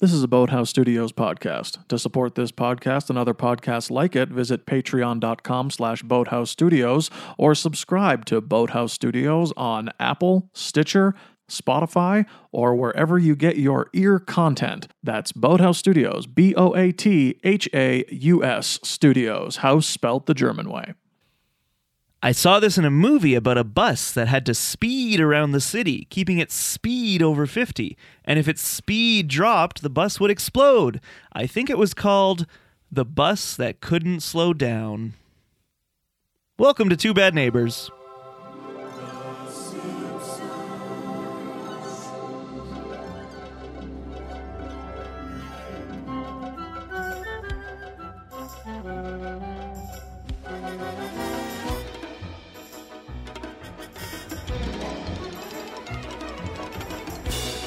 This is a Boathouse Studios podcast. To support this podcast and other podcasts like it, visit patreon.com slash boathouse studios or subscribe to Boathouse Studios on Apple, Stitcher, Spotify, or wherever you get your ear content. That's Boathouse Studios, B O A T H A U S Studios, house spelt the German way. I saw this in a movie about a bus that had to speed around the city, keeping its speed over 50. And if its speed dropped, the bus would explode. I think it was called The Bus That Couldn't Slow Down. Welcome to Two Bad Neighbors.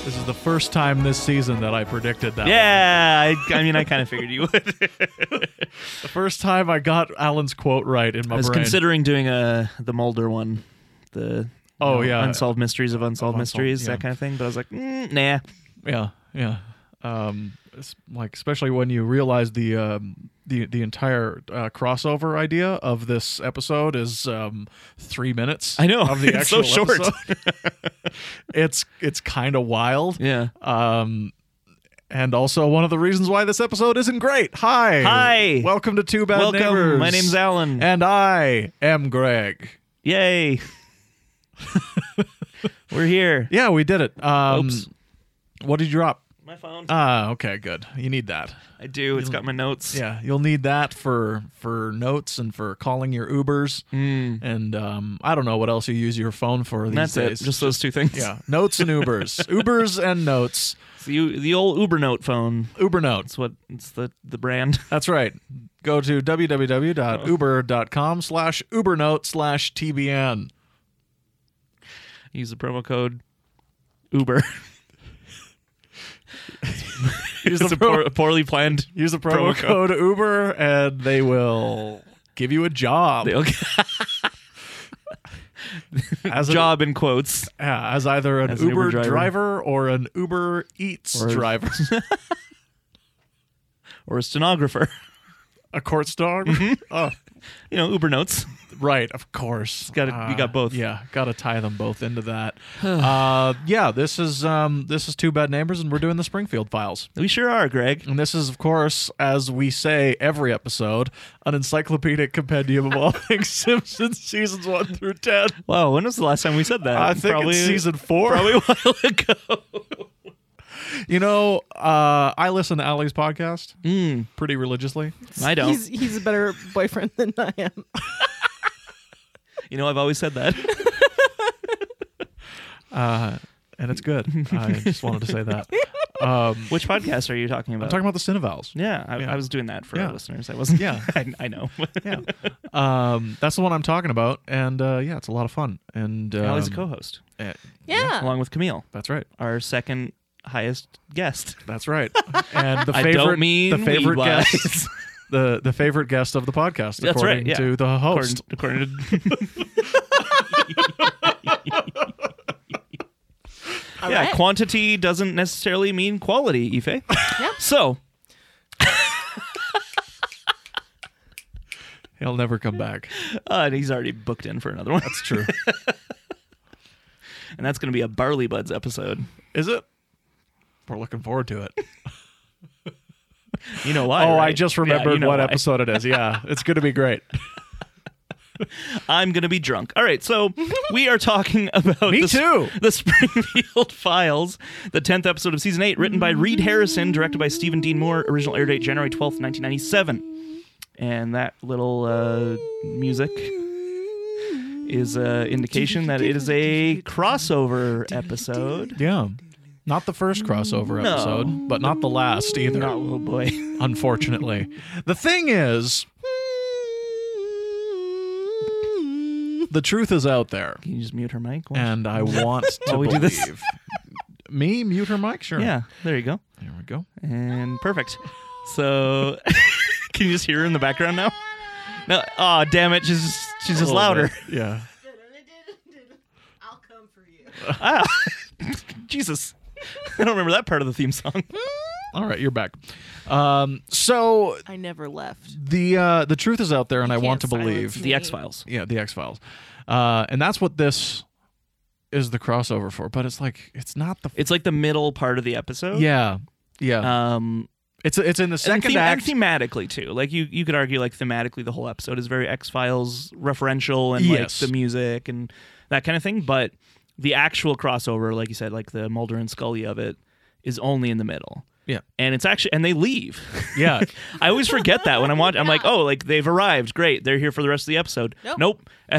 This is the first time this season that I predicted that. Yeah, I, I mean, I kind of figured you would. The first time I got Alan's quote right in my I was considering doing a the Mulder one, the Oh, you know, yeah. unsolved mysteries of Unsolved, unsolved mysteries, yeah. that kind of thing. But I was like, mm, nah, Yeah, yeah. Um, it's like especially when you realize the um, the the entire uh, crossover idea of this episode is um, three minutes. I know. of the It's so actual short. episode. it's it's kind of wild. yeah. Um, and also one of the reasons why this episode isn't great. Hi, Hi. Welcome to Two Bad Welcome. Neighbors. My name's Alan. and I am Greg. Yay. We're here. Yeah, we did it. Um, Oops. What did you drop? My phone. Ah, okay, good. You need that. I do. It's got my notes. Yeah, you'll need that for for notes and for calling your Ubers, and um, I don't know what else you use your phone for these And Mm. that's days. it. Just those two things. yeah, notes and Ubers, Ubers and notes, It's the, the old Uber Note phone. Uber notes. It's what it's the the brand. That's right. Go to www.uber.com slash ubernote slash tbn. Use the promo code Uber. Use it's the, a pro- poor, poorly planned. use the promo, promo code Uber, and they will give you a job They'll- as a- job in quotes. Yeah, as either an, As an Uber, Uber driver. driver. or an Uber Eats Or- driver, Or a stenographer. a court star. Mm-hmm. Oh, You know, Uber Notes. right, of course. Uh, gotta- you got both. Yeah, got to tie them both into that. uh, yeah, this is um, this is two bad neighbors, and we're doing the Springfield Files. We sure are, Greg. And this is, of course, as we say every episode, an encyclopedic compendium of all things Simpsons seasons one through ten. Wow, when was the last time we said that? I think probably it's season four. probably a while ago. You know, uh, I listen to Ali's podcast Mm, pretty religiously. I don't. He's he's a better boyfriend than I am. You know, I've always said that. uh, and it's good. I just wanted to say that. Um, Which podcast are you talking I'm about? talking about the Cinevals. Yeah, I, Yeah. I was doing that for Yeah. our listeners. I wasn't. Yeah. I, I know. Yeah, um, that's the one I'm talking about, and uh, yeah, it's a lot of fun. And um, Allie's a co-host eh, Yeah. along with Camille, that's right. our second highest guest. That's right. And the I favorite, don't mean the favorite weed-wise. guest, the the favorite guest of the podcast, That's according right, yeah. to the According, host. according to All yeah, right. quantity doesn't necessarily mean quality, Ife. Yeah. So He'll never come back. uh, he's already booked in for another one, That's true. and that's going to be a Barley Buds episode. Is it? We're looking forward to it. You know why? Oh, I right? just Yeah, remembered you know what why. episode it is. Yeah, it's going to be great. I'm gonna be drunk. All right, so we are talking about Me the, sp- too. the Springfield Files, the tenth episode of season eight, written by Reed Harrison, directed by Stephen Dean Moore. Original air date January twelfth, nineteen ninety seven. And that little uh, music is an indication that it is a crossover episode. Yeah. Not the first crossover No. episode, but not the last either. Oh boy, unfortunately. The thing is, the truth is out there, can you just mute her mic? Why- and I want to While we do believe. this. Me mute her mic, sure. yeah, there you go, there we go. and perfect. So, can you just hear her in the background now? No, oh damn it, she's just, she's just A little louder. bit, Yeah. I'll come for you. Ah, Jesus. I don't remember that part of the theme song. All right, you're back. Um, so I never left. the uh, the truth is out there, and I You want to can't believe. silence The X Files. Yeah, the X Files, uh, and that's what this is the crossover for. But it's like it's not the. It's like the middle part of the episode. yeah, yeah. Um, it's it's in the and, second them- and act. thematically too. Like you, you could argue like thematically the whole episode is very X Files referential and Yes. like the music and that kind of thing. But the actual crossover, like you said, like the Mulder and Scully of it, is only in the middle. Yeah. And it's actually and they leave. Yeah, I always forget that when I'm watching. I'm like, oh, like they've arrived. Great, they're here for the rest of the episode. Nope.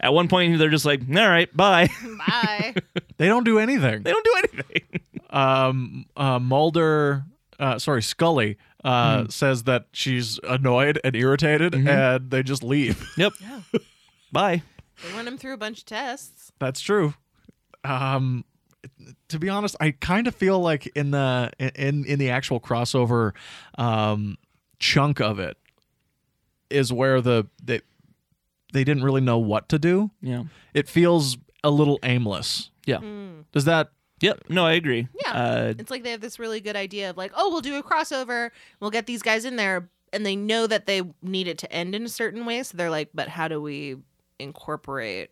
At one point, they're just like, all right, bye. Bye. they don't do anything. they don't do anything. um, uh, Mulder, uh, sorry, Scully uh, Hmm. says that she's annoyed and irritated, Mm-hmm. and they just leave. Yep. Bye. they run him through a bunch of tests. That's true. Um, to be honest, I kind of feel like in the in in the actual crossover um, chunk of it is where the they they didn't really know what to do. Yeah. It feels a little aimless. Yeah. Does that? Yep. No, I agree. Yeah. Uh, Mm. it's like they have this really good idea of like, oh, we'll do a crossover. We'll get these guys in there. And they know that they need it to end in a certain way. So they're like, but how do we incorporate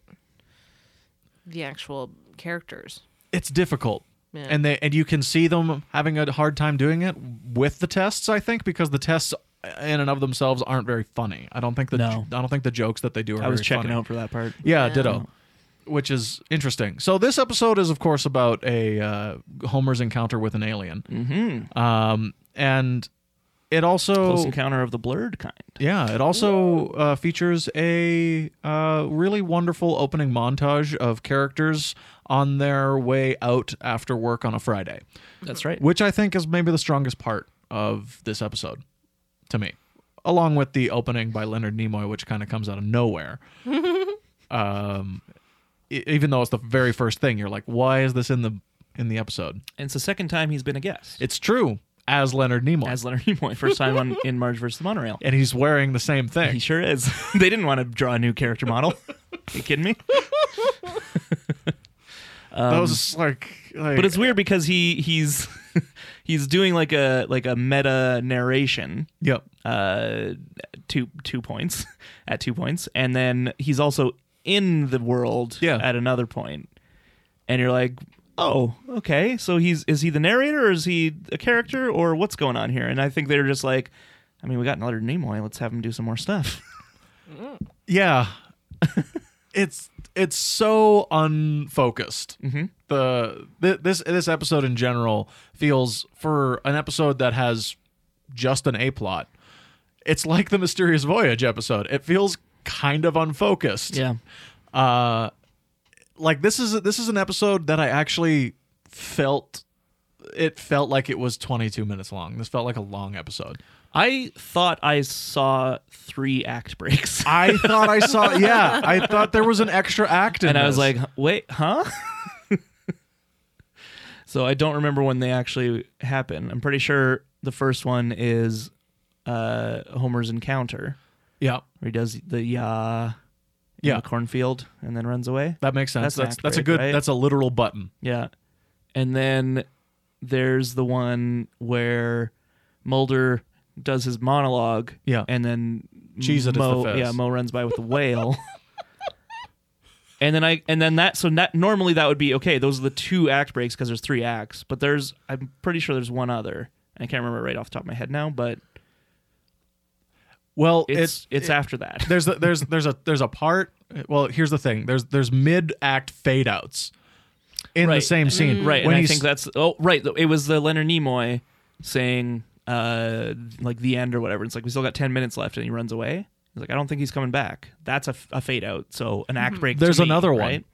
the actual characters? It's difficult. Yeah. and they and you can see them having a hard time doing it with the tests i think because the tests in and of themselves aren't very funny i don't think the No. i don't think the jokes that they do are I was very checking funny. out for that part. yeah, Yeah. ditto which is interesting so this episode is of course about a uh, homer's encounter with an alien Mm-hmm. um and it Close also encounter of the blurred kind. yeah it also uh, features a uh, really wonderful opening montage of characters on their way out after work on a friday That's right. which I think is maybe the strongest part of this episode to me, along with the opening by Leonard Nimoy, which kind of comes out of nowhere. um, e- even though it's the very first thing, you're like, why is this in the in the episode? And it's the second time he's been a guest It's true as Leonard Nimoy, as Leonard Nimoy. First time on in Marge versus the Monorail. and he's wearing the same He thing. sure is. they didn't want to draw a new character model. you kidding me? Those like, like, um, But it's weird because he he's he's doing like a like a meta narration yep, uh two two points at two points and then he's also in the world Yeah. at another point and you're like oh okay so he's is he the narrator or is he a character or what's going on here and i think they're just like i mean we got another nimoy let's have him do some more stuff yeah. it's it's so unfocused. mm-hmm. the th- this this episode in general feels for an episode that has just an A plot. It's like the Mysterious Voyage episode. It feels kind of unfocused. yeah Uh, like this is this is an episode that I actually felt it felt like it was 22 minutes long. This felt like a long episode. i thought i saw three act breaks I thought I saw yeah, I thought there was an extra act in and I was this. like, wait, huh? so I don't remember when they actually happen. I'm pretty sure the first one is uh, Homer's encounter, yeah. where he does the yah in Yeah. the cornfield and then runs away. That makes sense. That's an That's that's, act a break, good right? that's a literal button. Yeah. And then there's the one where Mulder does his monologue. Yeah. And then Cheese it is Mo, the fez. yeah, Mo runs by with the whale. and then I and then that so that normally that would be okay, those are the two act breaks because there's three acts, but there's I'm pretty sure there's one other. I can't remember right off the top of my head now, but Well, it's it's, it- after that. there's a, there's there's a there's a part. Well, here's the thing. There's there's mid act fade outs in the Right. Mm-hmm. Mm. same scene. Right. When and I he's- think that's oh right. It was the Leonard Nimoy saying uh like the end or whatever. It's like we still got ten minutes left, and he runs away. He's like, I don't think he's coming back. That's a, f- a fade out. So an Mm-hmm. act break. to there's me, another one. right?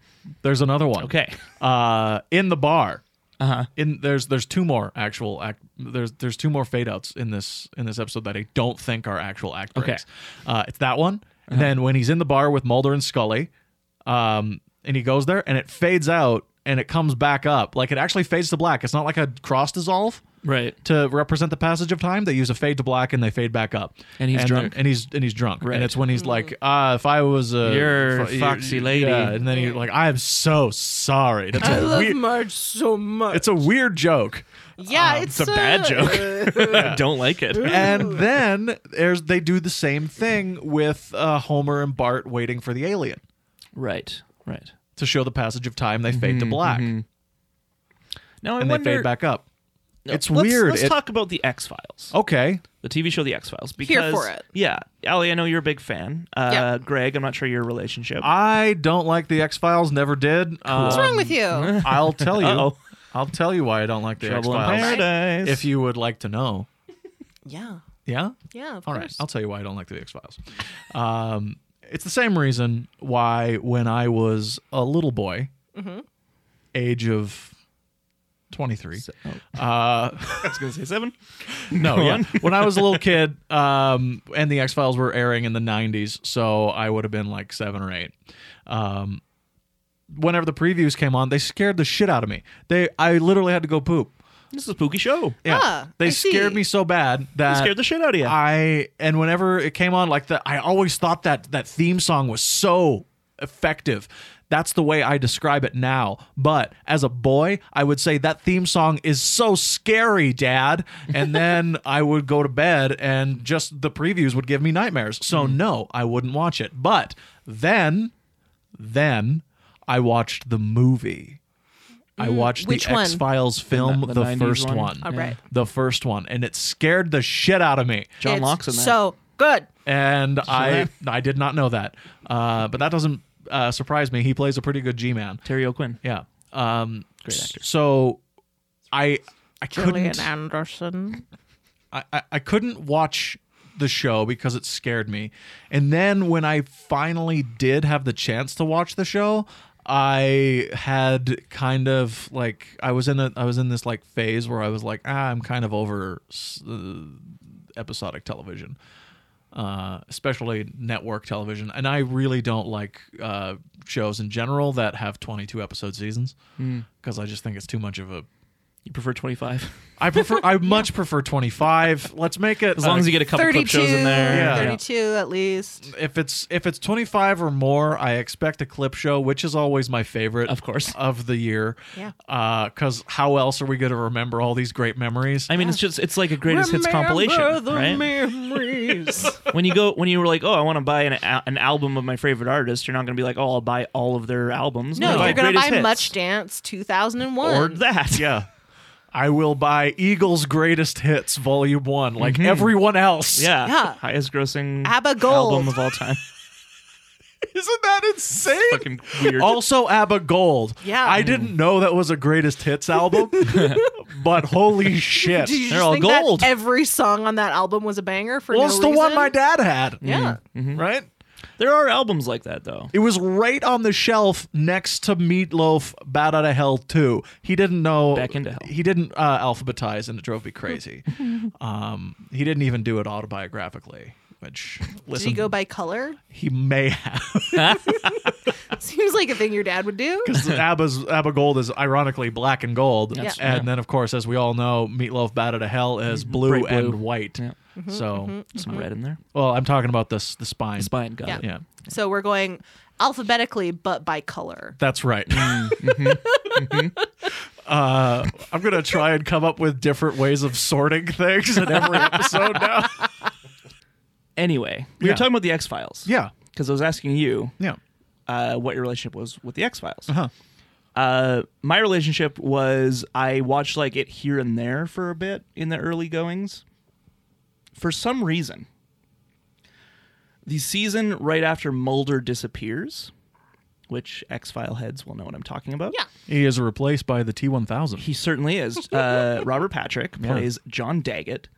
There's another one. Okay. Uh, in the bar. Uh huh. In there's there's two more actual act. There's there's two more fade outs in this in this episode that I don't think are actual act Okay. breaks. Uh, it's that one. And then when he's in the bar with Mulder and Scully, um, and he goes there and it fades out and it comes back up like it actually fades to black. It's not like a cross dissolve. Right. to represent the passage of time. They use a fade to black and they fade back up. And he's they're- drunk. And he's and he's drunk. Right. And it's when he's like, uh, if I was a You're a if I- foxy lady. yeah. And then he's like, I am so sorry. That's I a love weird, Marge so much. it's a weird joke. yeah, Uh, uh, It's a bad joke. I don't like it. And then there's they do the same thing with uh, Homer and Bart waiting for the alien Right. Right. to show the passage of time. They Mm-hmm, fade to black Now I and wonder. they fade back up. No, it's let's- weird. Let's It- talk about the X Files, Okay. the TV show The X Files. Here Because for it. yeah, Ali, I know you're a big fan. Uh, Yeah. Greg, I'm not sure your relationship. I don't like the X Files. Never did. Um, What's wrong with Um, you? I'll tell you. Uh-oh. I'll tell you why I don't like the X Trouble in Files. Paradise. If you would like to know. Yeah. Yeah. Yeah, of All right. course. I'll tell you why I don't like the X Files. Um, it's the same reason why when I was a little boy, age of twenty three. Uh, I was gonna say seven. no, Go yeah. on. when I was a little kid, um, and the X Files were airing in the '90s, so I would have been like seven or eight. Um, whenever the previews came on, they scared the shit out of me. They, I literally had to go poop. This is a spooky show. Yeah, Ah, they I scared see. me so bad that scared the shit out of you. I and whenever it came on, like the I always thought that that theme song was so effective. That's the way I describe it now. But as a boy, I would say that theme song is so scary, Dad. And then I would go to bed, and just the previews would give me nightmares. So no, I wouldn't watch it. But then, then I watched the movie. I watched which the one? X Files film, The- the, the 90s first one? one. All right. The first one, and it scared the shit out of me. John It's Locke's in that. So good. And I, that? I did not know that, uh, but that doesn't uh, surprise me. He plays a pretty good G man. Terry O'Quinn. Yeah. Um, Great actor. So, I, I couldn't, Anderson. I, I- I couldn't watch the show because it scared me. And then when I finally did have the chance to watch the show, I had kind of like I was in a I was in this like phase where I was like ah, I'm kind of over s- uh, episodic television. Uh, especially network television, and I really don't like uh, shows in general that have 22 episode seasons Hmm. because I just think it's too much of a You prefer 25. I prefer. I much prefer twenty five. Let's make it As long as you get a couple clip 32, shows in there. Yeah. 32 at least. If it's if it's twenty five or more, I expect a clip show, which is always my favorite, Of course. of the year. Yeah. Because how else are we going to remember all these great memories? I mean, it's just it's like a greatest hits compilation, right? memories. when you go when you were like, oh, I want to buy an al- an album of my favorite artist, you're not going to be like, oh, I'll buy all of their albums. no, Buy you're going to greatest buy hits. Much Dance 2001. or that. yeah. I will buy Eagles' Greatest Hits Volume One, like everyone else. Mm-hmm. Yeah. Yeah. Highest grossing ABBA Gold. album of all time. Isn't that insane? Fucking weird. Also, ABBA Gold. Yeah. I didn't know that was a Greatest Hits album, but holy shit! Did you They're just all think that gold. every song on that album was a banger for Well, no it's the one reason? my dad had. Yeah. Mm-hmm. Right? there are albums like that though. It was right on the shelf next to Meatloaf Bad Outta Hell 2. He didn't know. Back into hell. He didn't uh, alphabetize, and it drove me crazy. um, he didn't even do it autobiographically, which, Did listen, you he, go by color? may have. Seems like a thing your dad would do. ABBA's, ABBA Gold is ironically black and gold. That's and right. then, of course, as we all know, Meatloaf Bad Outta Hell is blue, Bright blue. and white. Yeah. Mm-hmm, So, Some red in there. well, I'm talking about this, the spine. Spine got Yeah. it. Yeah, So we're going alphabetically, but by color. that's right. mm-hmm. Uh, I'm gonna try and come up with different ways of sorting things in every episode now. Anyway, we Yeah. were talking about the X Files. Yeah, Because I was asking you yeah. uh, what your relationship was with the X Files. Uh-huh. Uh, my relationship was I watched like it here and there for a bit in the early goings. For some reason, the season right after Mulder disappears, which X File heads will know what I'm talking about. Yeah. He is replaced by the T1000. He certainly is. Uh, Robert Patrick Yeah. plays John Daggett,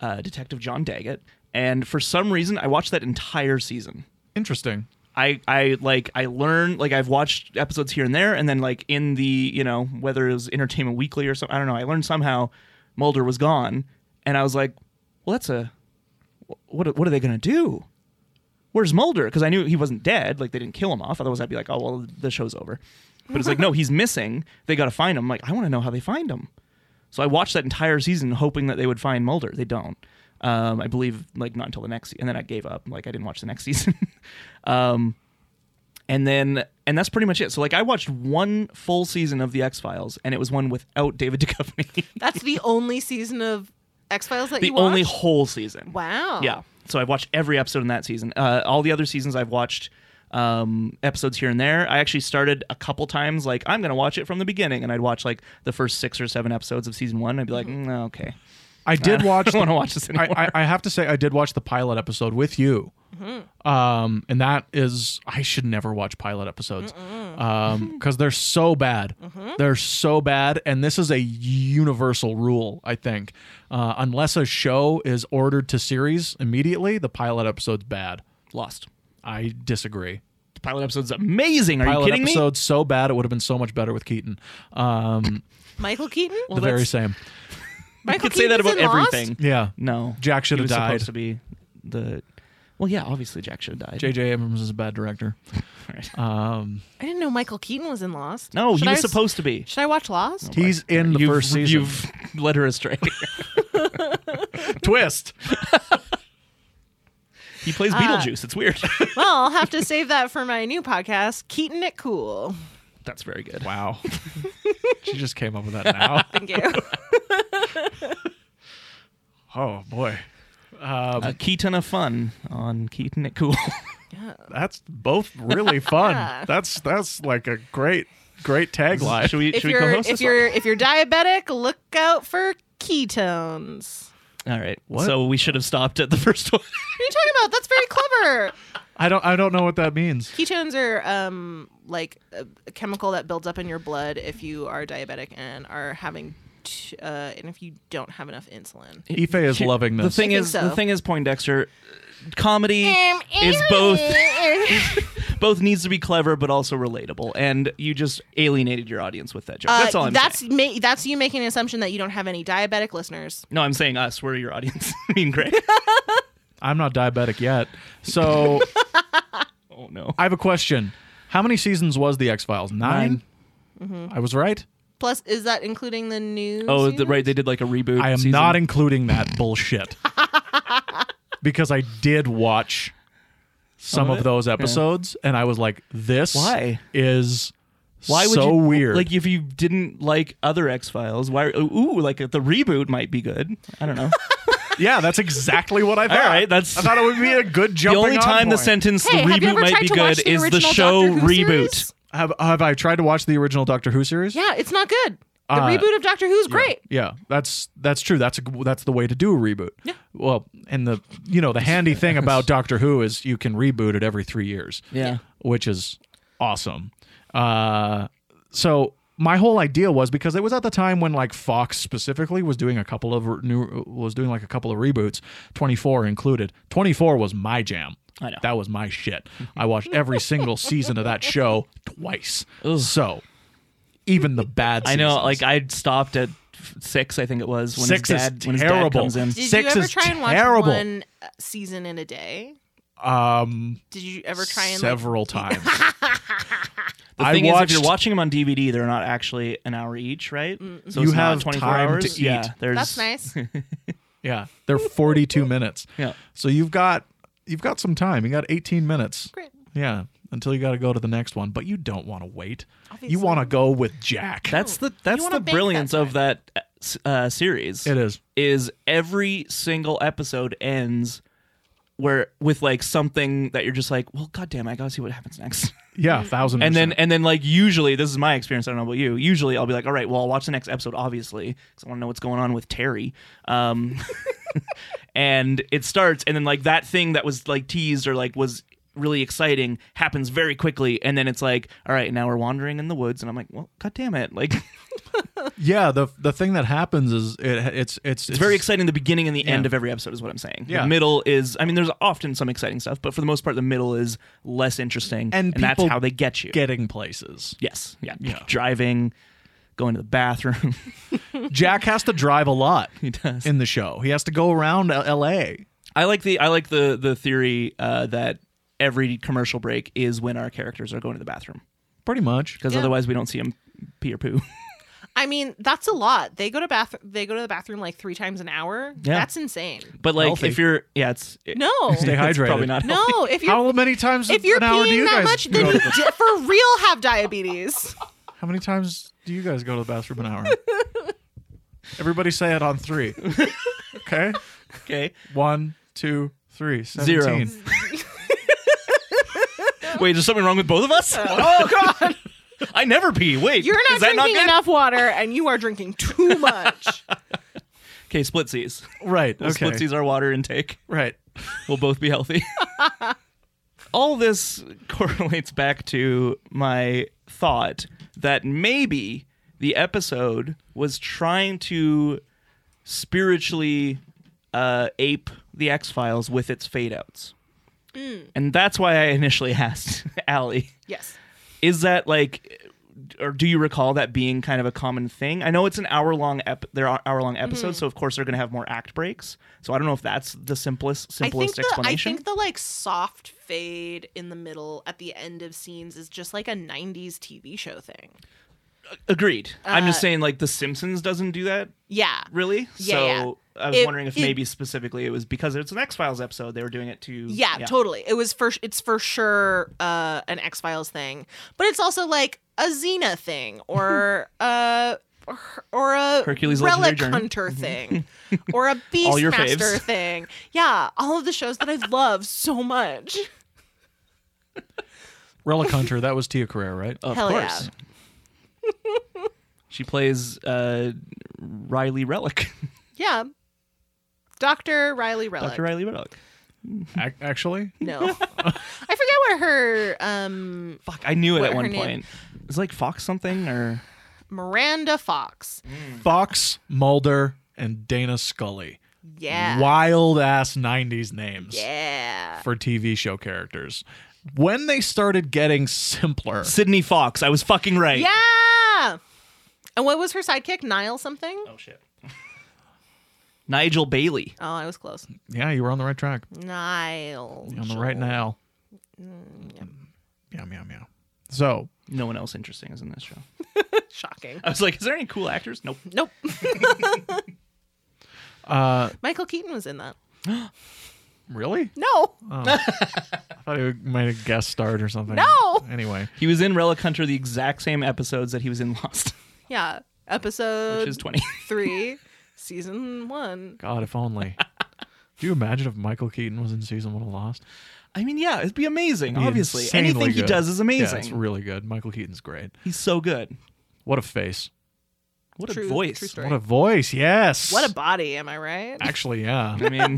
uh, Detective John Daggett. And for some reason, I watched that entire season. Interesting. I I like I learn like I've watched episodes here and there, and then like in the you know whether it was Entertainment Weekly or something, I don't know. I learned somehow Mulder was gone, and I was like, well, that's a what what are they gonna do? Where's Mulder? Because I knew he wasn't dead. Like they didn't kill him off. Otherwise, I'd be like, oh well, the show's over. But it's like no, he's missing. They got to find him. Like I want to know how they find him. So I watched that entire season hoping that they would find Mulder. They don't. Um, I believe like not until the next, and then I gave up. Like I didn't watch the next season. um, and then and that's pretty much it. So like I watched one full season of the X Files, and it was one without David Duchovny. That's the only season of X Files that the you watched. only whole season. wow. Yeah. So I've watched every episode in that season. Uh, all the other seasons I've watched um, episodes here and there. I actually started a couple times like I'm gonna watch it from the beginning, and I'd watch like the first six or seven episodes of season one. And I'd be like, Mm-hmm. mm, okay, I did I watch. the- don't want to watch this anymore. I, I, I have to say I did watch the pilot episode with you. Um, and that is I should never watch pilot episodes. Um, cuz they're so bad. They're so bad and this is a universal rule, I think. Uh, unless a show is ordered to series immediately, the pilot episode's bad. Lost. I disagree. The pilot episode's amazing. Are you Pilot kidding me? episode's so bad it would have been so much better with Keaton. Um, Michael Keaton. the very that's- same. I Michael could say that Keaton's about in Lost? everything. Yeah. No, Jack should He have was died. Supposed to be the. Well, yeah, obviously Jack should have died. JJ Abrams is a bad director. Right. Um, I didn't know Michael Keaton was in Lost. No, should he I was s- supposed to be. Should I watch Lost? he's in the You've- first season. You've led her astray. twist. he plays Ah. Beetlejuice. It's weird. well, I'll have to save that for my new podcast, Keaton It Cool. That's very good. Wow. she just came up with that now. Thank you. oh boy. A Uh, Keaton of Fun on Keaton at Cool. That's both really fun. that's that's like a great great tagline. should we, if should we you're co-host if this you're if you're diabetic, look out for ketones. one? All right. What? So we should have stopped at the first one. What are you talking about? That's very clever. I don't I don't know what that means. Ketones are um like a a chemical that builds up in your blood if you are diabetic and are having t- uh and if you don't have enough insulin. Ife is loving The this. thing I think is, so. the thing is, Poindexter, comedy is both both needs to be clever but also relatable, and you just alienated your audience with that joke. that's all I'm Uh, that's saying. ma- that's you making an assumption that you don't have any diabetic listeners. No, I'm saying us. We're your audience. I mean, great. I'm not diabetic yet. So oh no. I have a question. How many seasons was the X Files? 9 I was right. Plus, is that including the new? Oh, the, season? right. They did like a reboot. I am season. not including that bullshit. because I did watch some of of it? those episodes and I was like, this Why? is Why would so you, weird. Like if you didn't like other X Files, why? Ooh, like the reboot might be good. I don't know. Yeah, that's exactly what I thought. right, that's- I thought it would be a good the jumping. only on time the point. sentence Hey, the have you reboot ever might tried be to watch good the is the original show Doctor Who reboot. series? have have I tried to watch the original Doctor Who series? Yeah, it's not good. The Uh, reboot of Doctor Who's great. Yeah, that's that's true. That's a, that's the way to do a reboot. Yeah. Well, and the you know the handy thing about Doctor Who is you can reboot it every three years. Yeah. which is awesome. Uh, so my whole idea was because it was at the time when like Fox specifically was doing a couple of re- new was doing like a couple of reboots, 24 included. 24 was my jam. I know. That was my shit. I watched every single season of that show twice. So even the bad I know. seasons. Like I stopped at f- six, I think it was when Six his is dad when his dad terrible. comes in. Did Six you ever is try and watch terrible. one uh, season in a day? um Did you ever try and like, several times. The I thing is, if watched- you're watching them on DVD, they're not actually an hour each, right? So You it's not have 24 time to hours. eat. Yeah, there's That's nice. yeah, they're 42 minutes. Yeah. So you've got you've got some time. You got 18 minutes. Great. Yeah, until you got to go to the next one, but you don't want to wait. You Obviously. want to go with Jack. That's the that's wanna the bank that brilliance of that uh, s- uh, series. it is. is every single episode ends where with like something that you're just like, well, goddamn, I gotta see what happens next. Yeah, a thousand. And then percent. and then like usually this is my experience. I don't know about you. Usually I'll be like, all right, well, I'll watch the next episode, obviously, because I want to know what's going on with Terry. Um, and it starts, and then like that thing that was like teased or like was really exciting happens very quickly and then it's like all right now we're wandering in the woods and i'm like well god damn it like it's, yeah, the the thing that happens is it it's it's it's very exciting the beginning and the end of every episode is what i'm saying Yeah. the middle is i mean there's often some exciting stuff but for the most part the middle is less interesting And that's people how they get you getting places. yes yeah. Yeah. driving going to the bathroom Jack has to drive a lot He does. in the show. He has to go around L- L.A. I like the I like the the theory uh, that every commercial break is when our characters are going to the bathroom Pretty much. because Yeah. otherwise we don't see them pee or poo. I mean, that's a lot. They go to bath. They go to the bathroom like three times an hour. Yeah. That's insane. But like, Healthy. if you're, yeah, it's it- No, Stay it's hydrated. Probably not. healthy. no. If you're How many times if you're an hour do peeing you that guys much, go then to you the- di- for real have diabetes. How many times do you guys go to the bathroom an hour? Everybody say it on three. Okay? Okay. One, two, three. Zero. 17. Wait, is something wrong with both of us? oh God. I never pee. Wait, You're not is that not drinking good? enough water, and you are drinking too much. Okay, splitsies. Right. We'll Okay. splitsies our water intake. Right. We'll both be healthy. All this correlates back to my thought that maybe the episode was trying to spiritually uh, ape the X Files with its fade outs. And that's why I initially asked Allie yes. is that like or do you recall that being kind of a common thing? I know it's an hour long ep- there are hour Mm-hmm. long episodes, so of course they're going to have more act breaks. So I don't know if that's the simplest I think simplest the I explanation. think the like soft fade in the middle at the end of scenes is just like a '90s TV show thing. Agreed. I'm Uh, just saying like the Simpsons doesn't do that Yeah. really. Yeah, so I was It- wondering if it- maybe specifically it was because it's an X-Files episode they were doing it to Yeah, totally. It was for it's for sure uh an X Files thing, but it's also like a Xena thing or uh or, or a Hercules Legendary relic Journey. Mm-hmm. hunter thing or a All your Beastmaster faves. thing. Yeah, all of the shows that I love so much. Relic Hunter, that was Tia Carrere, right? Of Hell yeah. course. she plays uh, Riley Relic. Yeah, Doctor Riley Relic. Dr. Riley Relic. Ac- actually? No, I forget what her um Fuck, I knew it What at her one name- point. It's like Fox something or Miranda Fox. Mm. Fox, Mulder, and Dana Scully. Yeah. Wild ass 90s names Yeah. for TV show characters. When they started getting simpler, Sydney Fox. I was fucking right. Yeah. And what was her sidekick? Niall something? Oh shit. Nigel Bailey. Oh, I was close. yeah, you were on the right track. Niles. You're on the right now. Mm, Meow, meow, meow. So, No one else interesting is in this show. Shocking. I was like, is there any cool actors? Nope. Nope. uh, Michael Keaton was in that. really? No. I thought he might have guest starred or something. No! Anyway, He was in Relic Hunter the exact same episodes that he was in Lost, Yeah. which Episode is 20. three, season one. God, if only. Do you imagine if Michael Keaton was in season one of Lost? I mean, yeah, it'd be amazing, Be obviously. insanely Anything he good. does is Yeah, amazing. it's really good. Michael Keaton's great. He's so good. What a face. What a True- voice. true story. What a voice. Yes. What a body, am I right? Actually, yeah. I mean,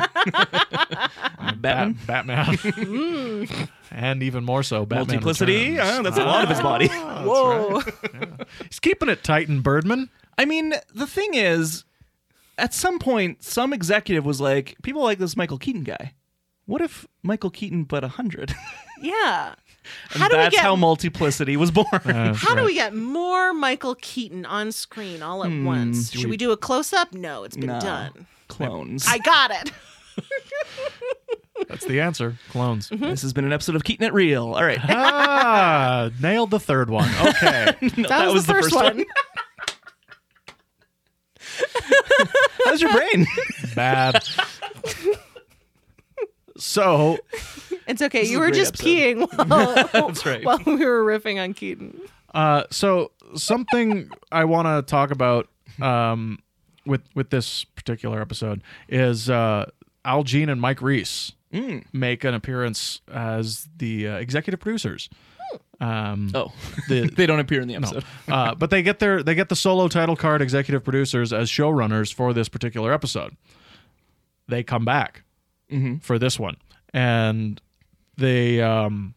Batman. Bat- Batman. and even more so, Batman. Multiplicity. Returns. Oh, that's a lot of his body. Whoa. He's keeping it tight and Birdman. I mean, the thing is, at some point, some executive was like, people like this Michael Keaton guy. What if Michael Keaton but 100? Yeah. And How do we that's get how multiplicity was born. That's how do right. we get more Michael Keaton on screen all at once? Should we, do a close up? No, it's been Hmm, No. done. Clones. I got it. That's the answer. Clones. this has been an episode of Keaton It Real. All right. ah, nailed the third one. Okay. No, That, was, the first, one. How's your brain? Bad. So, It's okay. is you a were great just episode. peeing while, That's right. while we were riffing on Keaton. uh, so something I want to talk about um, with with this particular episode is uh, Al Jean and Mike Reese make an appearance as the uh, executive producers. Um, Oh, the they don't appear in the No. episode. uh, but they get their they get the solo title card executive producers as showrunners for this particular episode. They come back for this one, and they um,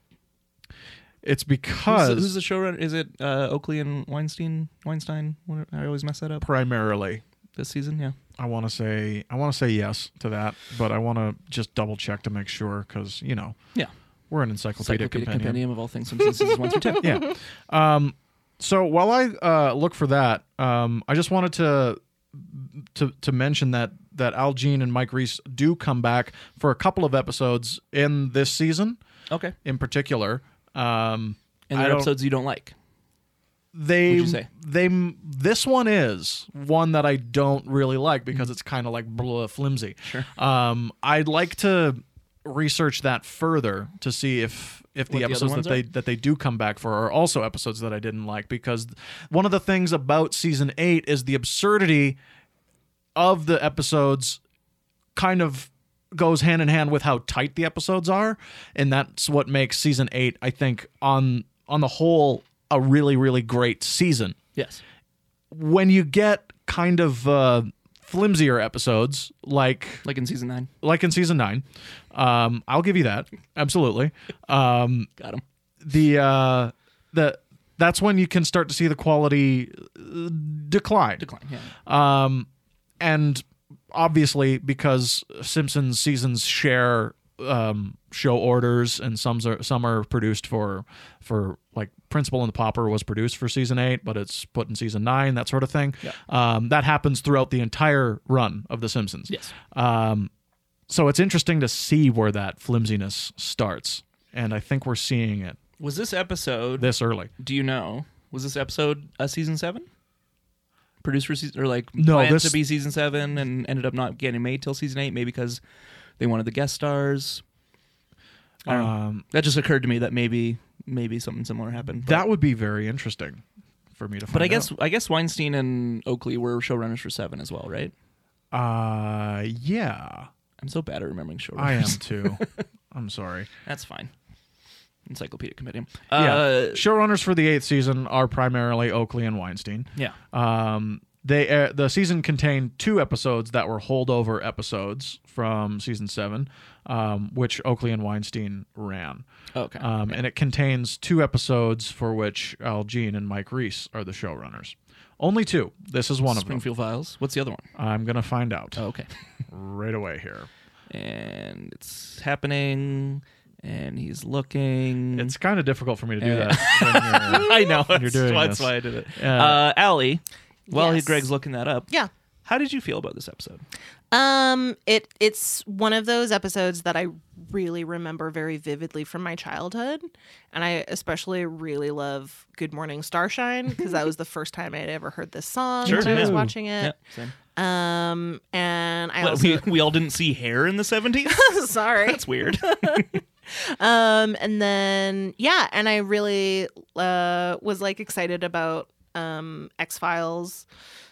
it's Who's, the- because who's the showrunner? Is it uh, Oakley and Weinstein? Weinstein? What- I always mess that up. primarily This season, yeah. I want to say I want to say yes to that, but I want to just double check to make sure because you know Yeah. we're an encyclopedic, Encyclopedic compendium. compendium of all things Simpsons seasons one through ten. yeah. Um, so while I uh, look for that, um, I just wanted to to to mention that that Al Jean and Mike Reese do come back for a couple of episodes in this season, Okay. in particular. Um, And I there are don't- episodes you don't like. they Would you say? they this one is one that I don't really like because it's kind of like blah, flimsy. Sure. Um, I'd like to research that further to see if if What the the other episodes ones that are? they that they do come back for are also episodes that I didn't like because one of the things about season 8 is the absurdity of the episodes kind of goes hand in hand with how tight the episodes are and that's what makes season 8 I think on on the whole a really really great season Yes. when you get kind of uh flimsier episodes like Like in season nine. like in season 9 um I'll give you that absolutely um Got him. the uh the that's when you can start to see the quality uh, decline Decline. Yeah. um and obviously because simpsons seasons share um show orders and some are some are produced for for like principal and the popper was produced for season eight but it's put in season nine that sort of thing Yeah. um that happens throughout the entire run of the simpsons Yes. um, so it's interesting to see where that flimsiness starts, and I think we're seeing it Was this episode? this early. do you know? Was this episode a season seven? Produced for season or like No, planned this- to be season seven and ended up not getting made till season eight, maybe because they wanted the guest stars. I don't know. Um, That just occurred to me that maybe maybe something similar happened. But, that would be very interesting for me to. Find but I guess I guess Weinstein and Oakley were showrunners for seven as well, right? out. uh, yeah, I'm so bad at remembering showrunners. I am too. I'm sorry. That's fine. Encyclopedic compendium. yeah, Uh, showrunners for the eighth season are primarily Oakley and Weinstein. yeah. Um, they uh, the season contained two episodes that were holdover episodes from season seven, um, which Oakley and Weinstein ran. Okay. Um, and it contains two episodes for which Al Jean and Mike Reese are the showrunners. Only two. This is one of them. Springfield Files. What's the other one? I'm going to find out Oh, okay. right away here. and it's happening, and he's looking. It's kind of difficult for me to do Hmm? Yeah. that. when you're- I know. You're that's doing why, this. that's why I did it. Uh, Uh, Allie, while he Yes. Greg's looking that up, Yeah. how did you feel about this episode? Um, it it's one of those episodes that I really remember very vividly from my childhood, and I especially really love "Good Morning Starshine" because that was the first time I'd ever heard this song Sure, when I was yeah. watching it. Yeah, same. Um, and I What, also we, we all didn't see hair in the 70s? sorry. That's weird. Um, and then yeah, and I really uh was like excited about um X Files.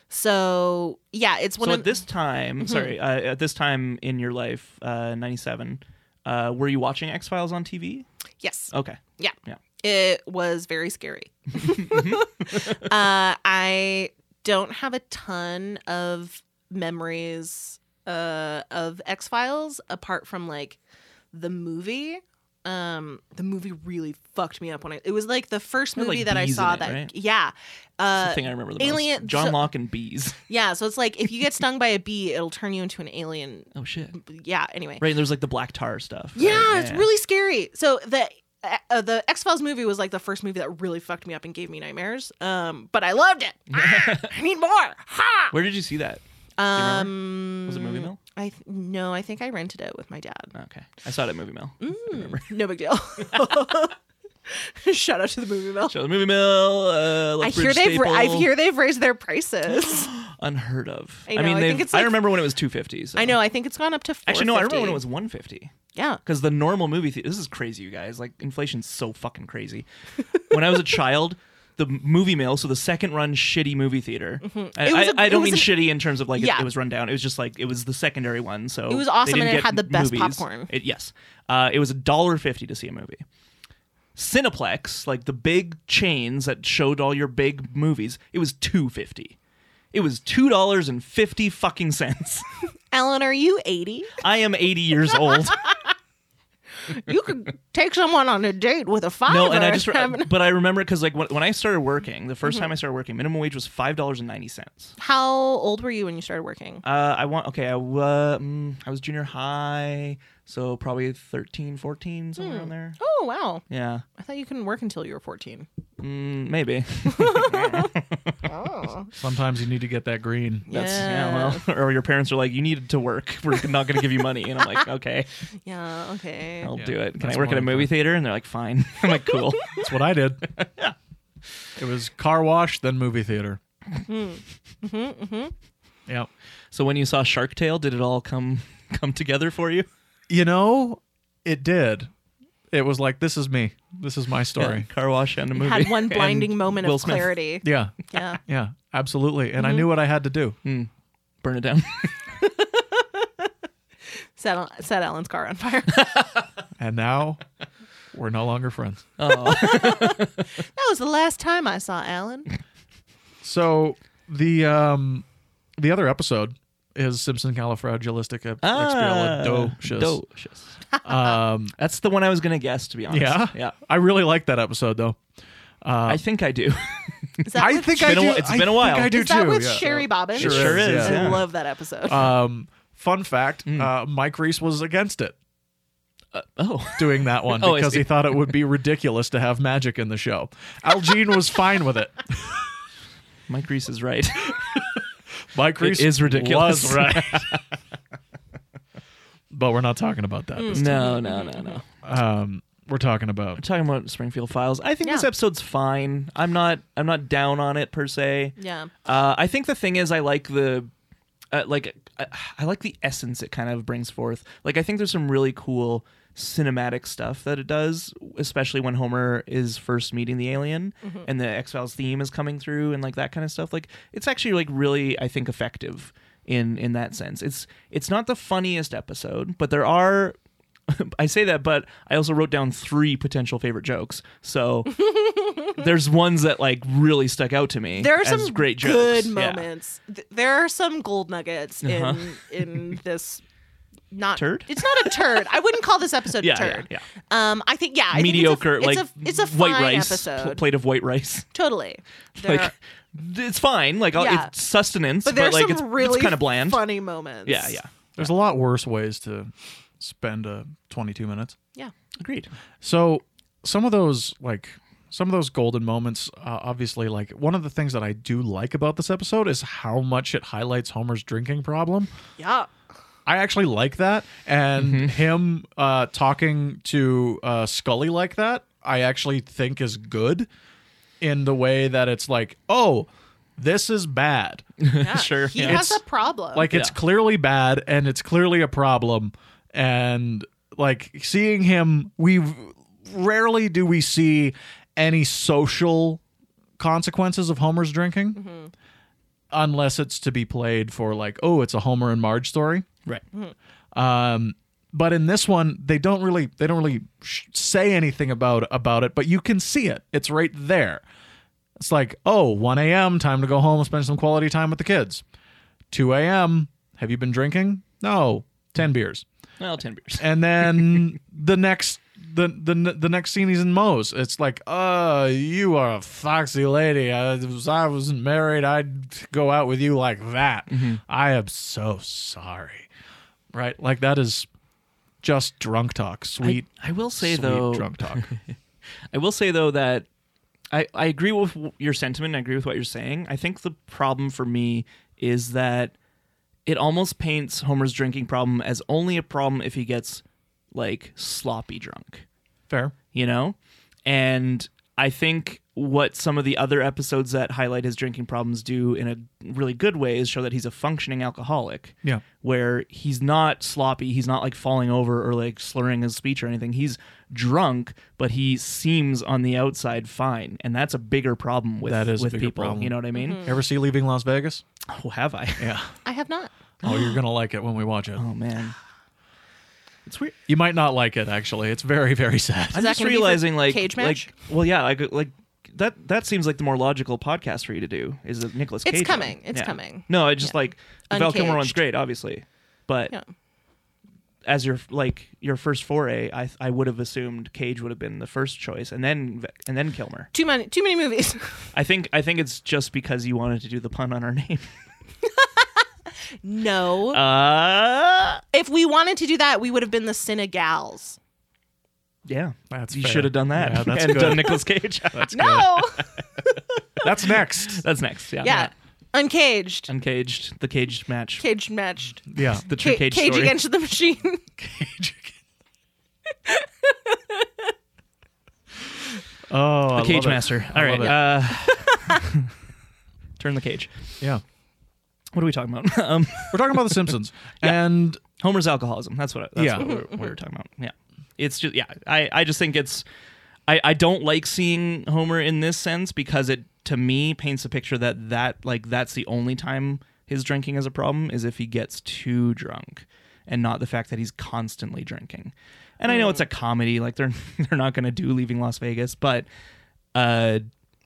So yeah, it's one so of at this time, Mm-hmm. sorry, uh, at this time in your life, uh, 97, uh, were you watching X Files on TV? yes. Okay. Yeah. Yeah. It was very scary. Mm-hmm. uh, I don't have a ton of memories uh, of X Files apart from like the movie. Um, the movie really fucked me up when I. It was like the first Had, like, movie that I bees in saw it, that. right? Yeah. That's Uh, the thing I remember the Alien- most. John so- Locke and bees. yeah. So it's like if you get stung by a bee, it'll turn you into an alien. Oh, shit. Yeah. Anyway. Right, and there's like the black tar stuff. right? Yeah, it's really scary. So the uh, the X Files movie was like the first movie that really fucked me up and gave me nightmares. Um, but I loved it. Ah, I need more. Ha. Where did you see that? remember? Um, Was it Movie Mill? I th- no, I think I rented it with my dad. Okay. I saw it at Movie Mill. Mm. No big deal. Shout out to the movie mill. Show the Movie Mill. Uh, I Lethbridge hear they've ra- I Staple. hear they've raised their prices. unheard of. I I, know, mean, I I, think it's I like- remember when it was two fifty. So. I know. I think it's gone up to. 450. Actually, no, I remember when it was one fifty. Yeah. Because the normal movie theater, this is crazy, you guys. Like inflation's so fucking crazy. when I was a child, the movie mill, so the second run shitty movie theater. I, Mm-hmm. It was I- a- I it don't was mean an- shitty in terms of like it- Yeah. it, was run down. It was just like it was the secondary one. So It was they awesome didn't and it get had the best movies. popcorn. It, yes, uh, it was a dollar fifty to see a movie. Cineplex, like the big chains that showed all your big movies, it was two fifty. It was two dollars and fifty fucking cents. Alan, are you eighty? I am eighty years old. You could take someone on a date with a fiver. No, and I just have an- Mm-hmm. but I remember because like when, when I started working, the 1st time I started working, minimum wage was five dollars and ninety cents. How old were you when you started working? Uh, I want okay. I, wa- mm, I was junior high, so probably 13, 14, somewhere around there. Oh wow. Yeah, I thought you couldn't work until you were 14. mm, maybe. Oh. Sometimes you need to get that green. That's yeah. Well, or your parents are like, you needed to work. We're not going to give you money, and I'm like, okay, Yeah, okay. I'll Yeah, do it. Can that's I work at a wonderful. movie theater? And they're like, fine. I'm like, cool. That's what I did. It was car wash, then movie theater. Yep. So when you saw Shark Tale, did it all come come together for you? You know, it did. It was like, this is me. This is my Yeah, story. car wash and a movie. Had one And blinding moment Will of Smith. clarity. Yeah. Yeah. Yeah. Absolutely. And I knew what I had to do. Burn it down. Set, Al- set Alan's car on fire. And now we're no longer friends. that was the last time I saw Alan. So the um the other episode is Simpson Califragilistic Ah, Expialidocious. Docious. Um That's the one I was gonna guess, to be honest. yeah. yeah. I really like that episode though. I think I do. Is that with- think It's been a wh- it's been a while. I do is that too. with yeah. Sherry Bobbin? It sure is, yeah. I yeah. Mm. love that episode. Um fun fact, uh, Mike Reese was against it oh, doing that one Oh, I because see. he thought it would be ridiculous to have magic in the show. Al Jean was fine with it. Mike Reese is right. Mike Reese is ridiculous. was right. but we're not talking about that. this no, no, no, no. Um, we're talking We're about talking about Springfield Files. I think this Yeah. episode's fine. I'm not. I'm not down on it per se. yeah. Uh, I think the thing is, I like the, uh, like, I, I like the essence it kind of brings forth. Like, I think there's some really cool cinematic stuff that it does, especially when Homer is first meeting the alien Mm-hmm. and the X Files theme is coming through and like that kind of stuff. Like, it's actually like really, I think, effective in in that sense. It's it's not the funniest episode, but there are. I say that, but I also wrote down three potential favorite jokes. So there's ones that like really stuck out to me. There are as some great jokes. good Yeah. Uh-huh. moments. Th- There are some gold nuggets in in this not Turd? It's not a turd. I wouldn't call this episode Yeah, a yeah, turd. yeah. Um, I think yeah, I Mediocre, Think it's a, like it's a, it's a fine white rice pl- episode. plate of white rice. totally. There Like are- it's fine. Like I'll Yeah. it's sustenance, but but, there's like some it's, really kind of bland. funny moments. Yeah, yeah, there's a lot worse ways to spend uh, 22 minutes. yeah. agreed. So some of those like some of those golden moments uh, obviously like one of the things that I do like about this episode is how much it highlights Homer's drinking problem. Yeah. I actually like that and him uh, talking to uh, Scully like that I actually think is good in the way that it's like oh this is bad. yeah. Sure, He yeah. has It's a problem. Like it's Yeah. clearly bad and it's clearly a problem. And like seeing him, we rarely do we see any social consequences of Homer's drinking, unless it's to be played for like, oh, it's a Homer and Marge story. Right. Um, but in this one, they don't really they don't really sh- say anything about about it, but you can see it. It's right there. It's like, oh, 1 a.m. time to go home and spend some quality time with the kids. 2 a.m. Have you been drinking? No, 10 beers. Well, ten beers. And then the next the the the next scene he's in Moe's. It's like, uh, you are a foxy lady. I was I wasn't married. I'd go out with you like that. Mm-hmm. I am so sorry. Right? Like that is just drunk talk. Sweet, I will say sweet though, drunk talk. I will say though that I, I agree with w- your sentiment. I agree with what you're saying. I think the problem for me is that it almost paints Homer's drinking problem as only a problem if he gets like sloppy drunk. Fair. you know? And I think what some of the other episodes that highlight his drinking problems do in a really good way is show that he's a functioning alcoholic. Yeah. Where he's not sloppy, he's not like falling over or like slurring his speech or anything. He's drunk, but he seems on the outside fine. And that's a bigger problem with, That is a with bigger people. problem. You know what I mean? Ever see Leaving Las Vegas? Oh, have I? Yeah. I have not. Oh, you're gonna like it when we watch it. Oh man. It's weird. You might not like it actually. It's very very sad. I'm that just gonna be for realizing, like, Cage match? like, well, yeah, like, like that. That seems like the more logical podcast for you to do is the Nicholas Cage. It's one. coming. It's Yeah. coming. No, I just like the Val Kilmer one's Uncaged. great, obviously, but Yeah. as your like your first foray, I I would have assumed Cage would have been the first choice, and then and then Kilmer. Too many too many movies. I think I think it's just because you wanted to do the pun on our name. no. Uh, if we wanted to do that, we would have been the Cinegals. yeah, That's you fair. should have done that Yeah, that's and good. done Nicholas Cage. that's, No. That's next. next. Yeah, yeah. Uncaged. Uncaged, the caged match, Cage matched. Yeah. the true Ca- cage, cage story. against the machine. Cage again. Oh, I the cage love it. master. I All love right, it. uh, turn the cage. yeah. What are we talking about? um, We're talking about The Simpsons, and Homer's alcoholism. That's what. That's Yeah. what we were, we were talking about. Yeah, it's just yeah. I I just think it's. I I don't like seeing Homer in this sense because it to me paints a picture that that like that's the only time his drinking is a problem is if he gets too drunk, and not the fact that he's constantly drinking. And I know Mm. it's a comedy, like they're they're not gonna do leaving Las Vegas, but uh,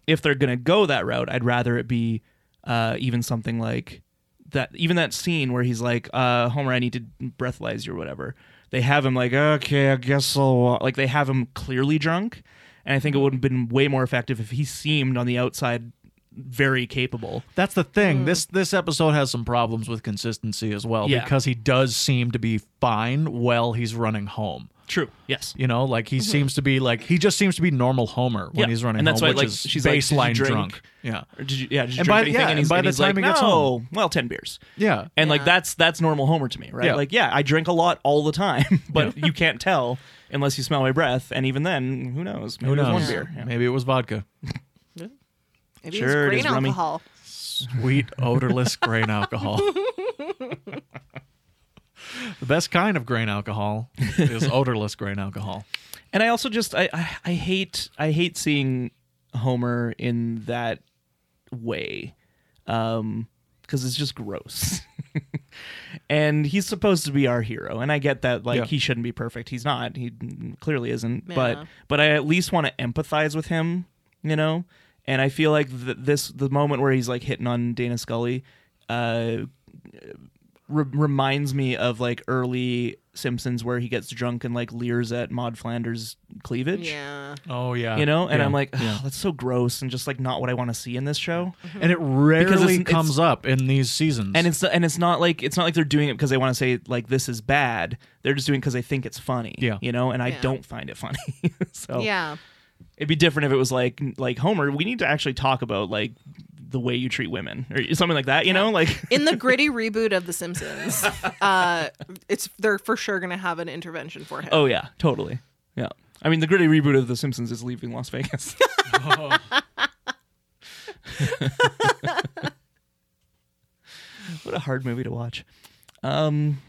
if they're gonna go that route, I'd rather it be uh, even something like that. Even that scene where he's like, uh, "Homer, I need to breathalyze you," or whatever. They have him like, "Okay, I guess I'll wa-" like." They have him clearly drunk, and I think it would have been way more effective if he seemed on the outside very capable. that's the thing. This this episode has some problems with consistency as well Mm. Yeah. because he does seem to be fine while he's running home. True. Yes. You know, like he seems to be like he just seems to be normal Homer when Mm-hmm. Yeah, he's running and that's home, why, which like, is she's like, "Did you baseline drink?" drunk. Yeah, Or did you? Yeah. Did you And drink by- anything? yeah, and and he's, by the and he's time like, he gets no, home." well, ten beers. yeah. And like Yeah. that's that's normal Homer to me, right? Yeah. Like, yeah, I drink a lot all the time, but you can't tell unless you smell my breath, and even then, who knows? Maybe Who it was knows? One beer. Yeah. Maybe it was vodka. Maybe Sure, it it's is grain rummy. alcohol. Sweet, odorless grain alcohol. the best kind of grain alcohol is odorless grain alcohol. And I also just I, I I hate I hate seeing Homer in that way, um, because it's just gross. and he's supposed to be our hero, and I get that like Yeah. he shouldn't be perfect. He's not. He clearly isn't. Yeah. But but I at least want to empathize with him, you know. And I feel like th- this the moment where he's like hitting on Dana Scully, uh, re- reminds me of like early Simpsons where he gets drunk and like leers at Maud Flanders' cleavage. Yeah. Oh yeah, You know, and Yeah. I'm like, "Ugh, Yeah. that's so gross and just like not what I want to see in this show. and it rarely it's- comes up in these seasons. And it's and it's not like it's not like they're doing it because they want to say like this is bad. They're just doing it because they think it's funny. Yeah. you know, and I Yeah. don't find it funny. so Yeah. it'd be different if it was like like Homer. We need to actually talk about like the way you treat women or something like that. You know, like In the gritty reboot of The Simpsons, uh, it's they're for sure gonna have an intervention for him. oh yeah, totally. Yeah, I mean the gritty reboot of The Simpsons is leaving Las Vegas. What a hard movie to watch. Um.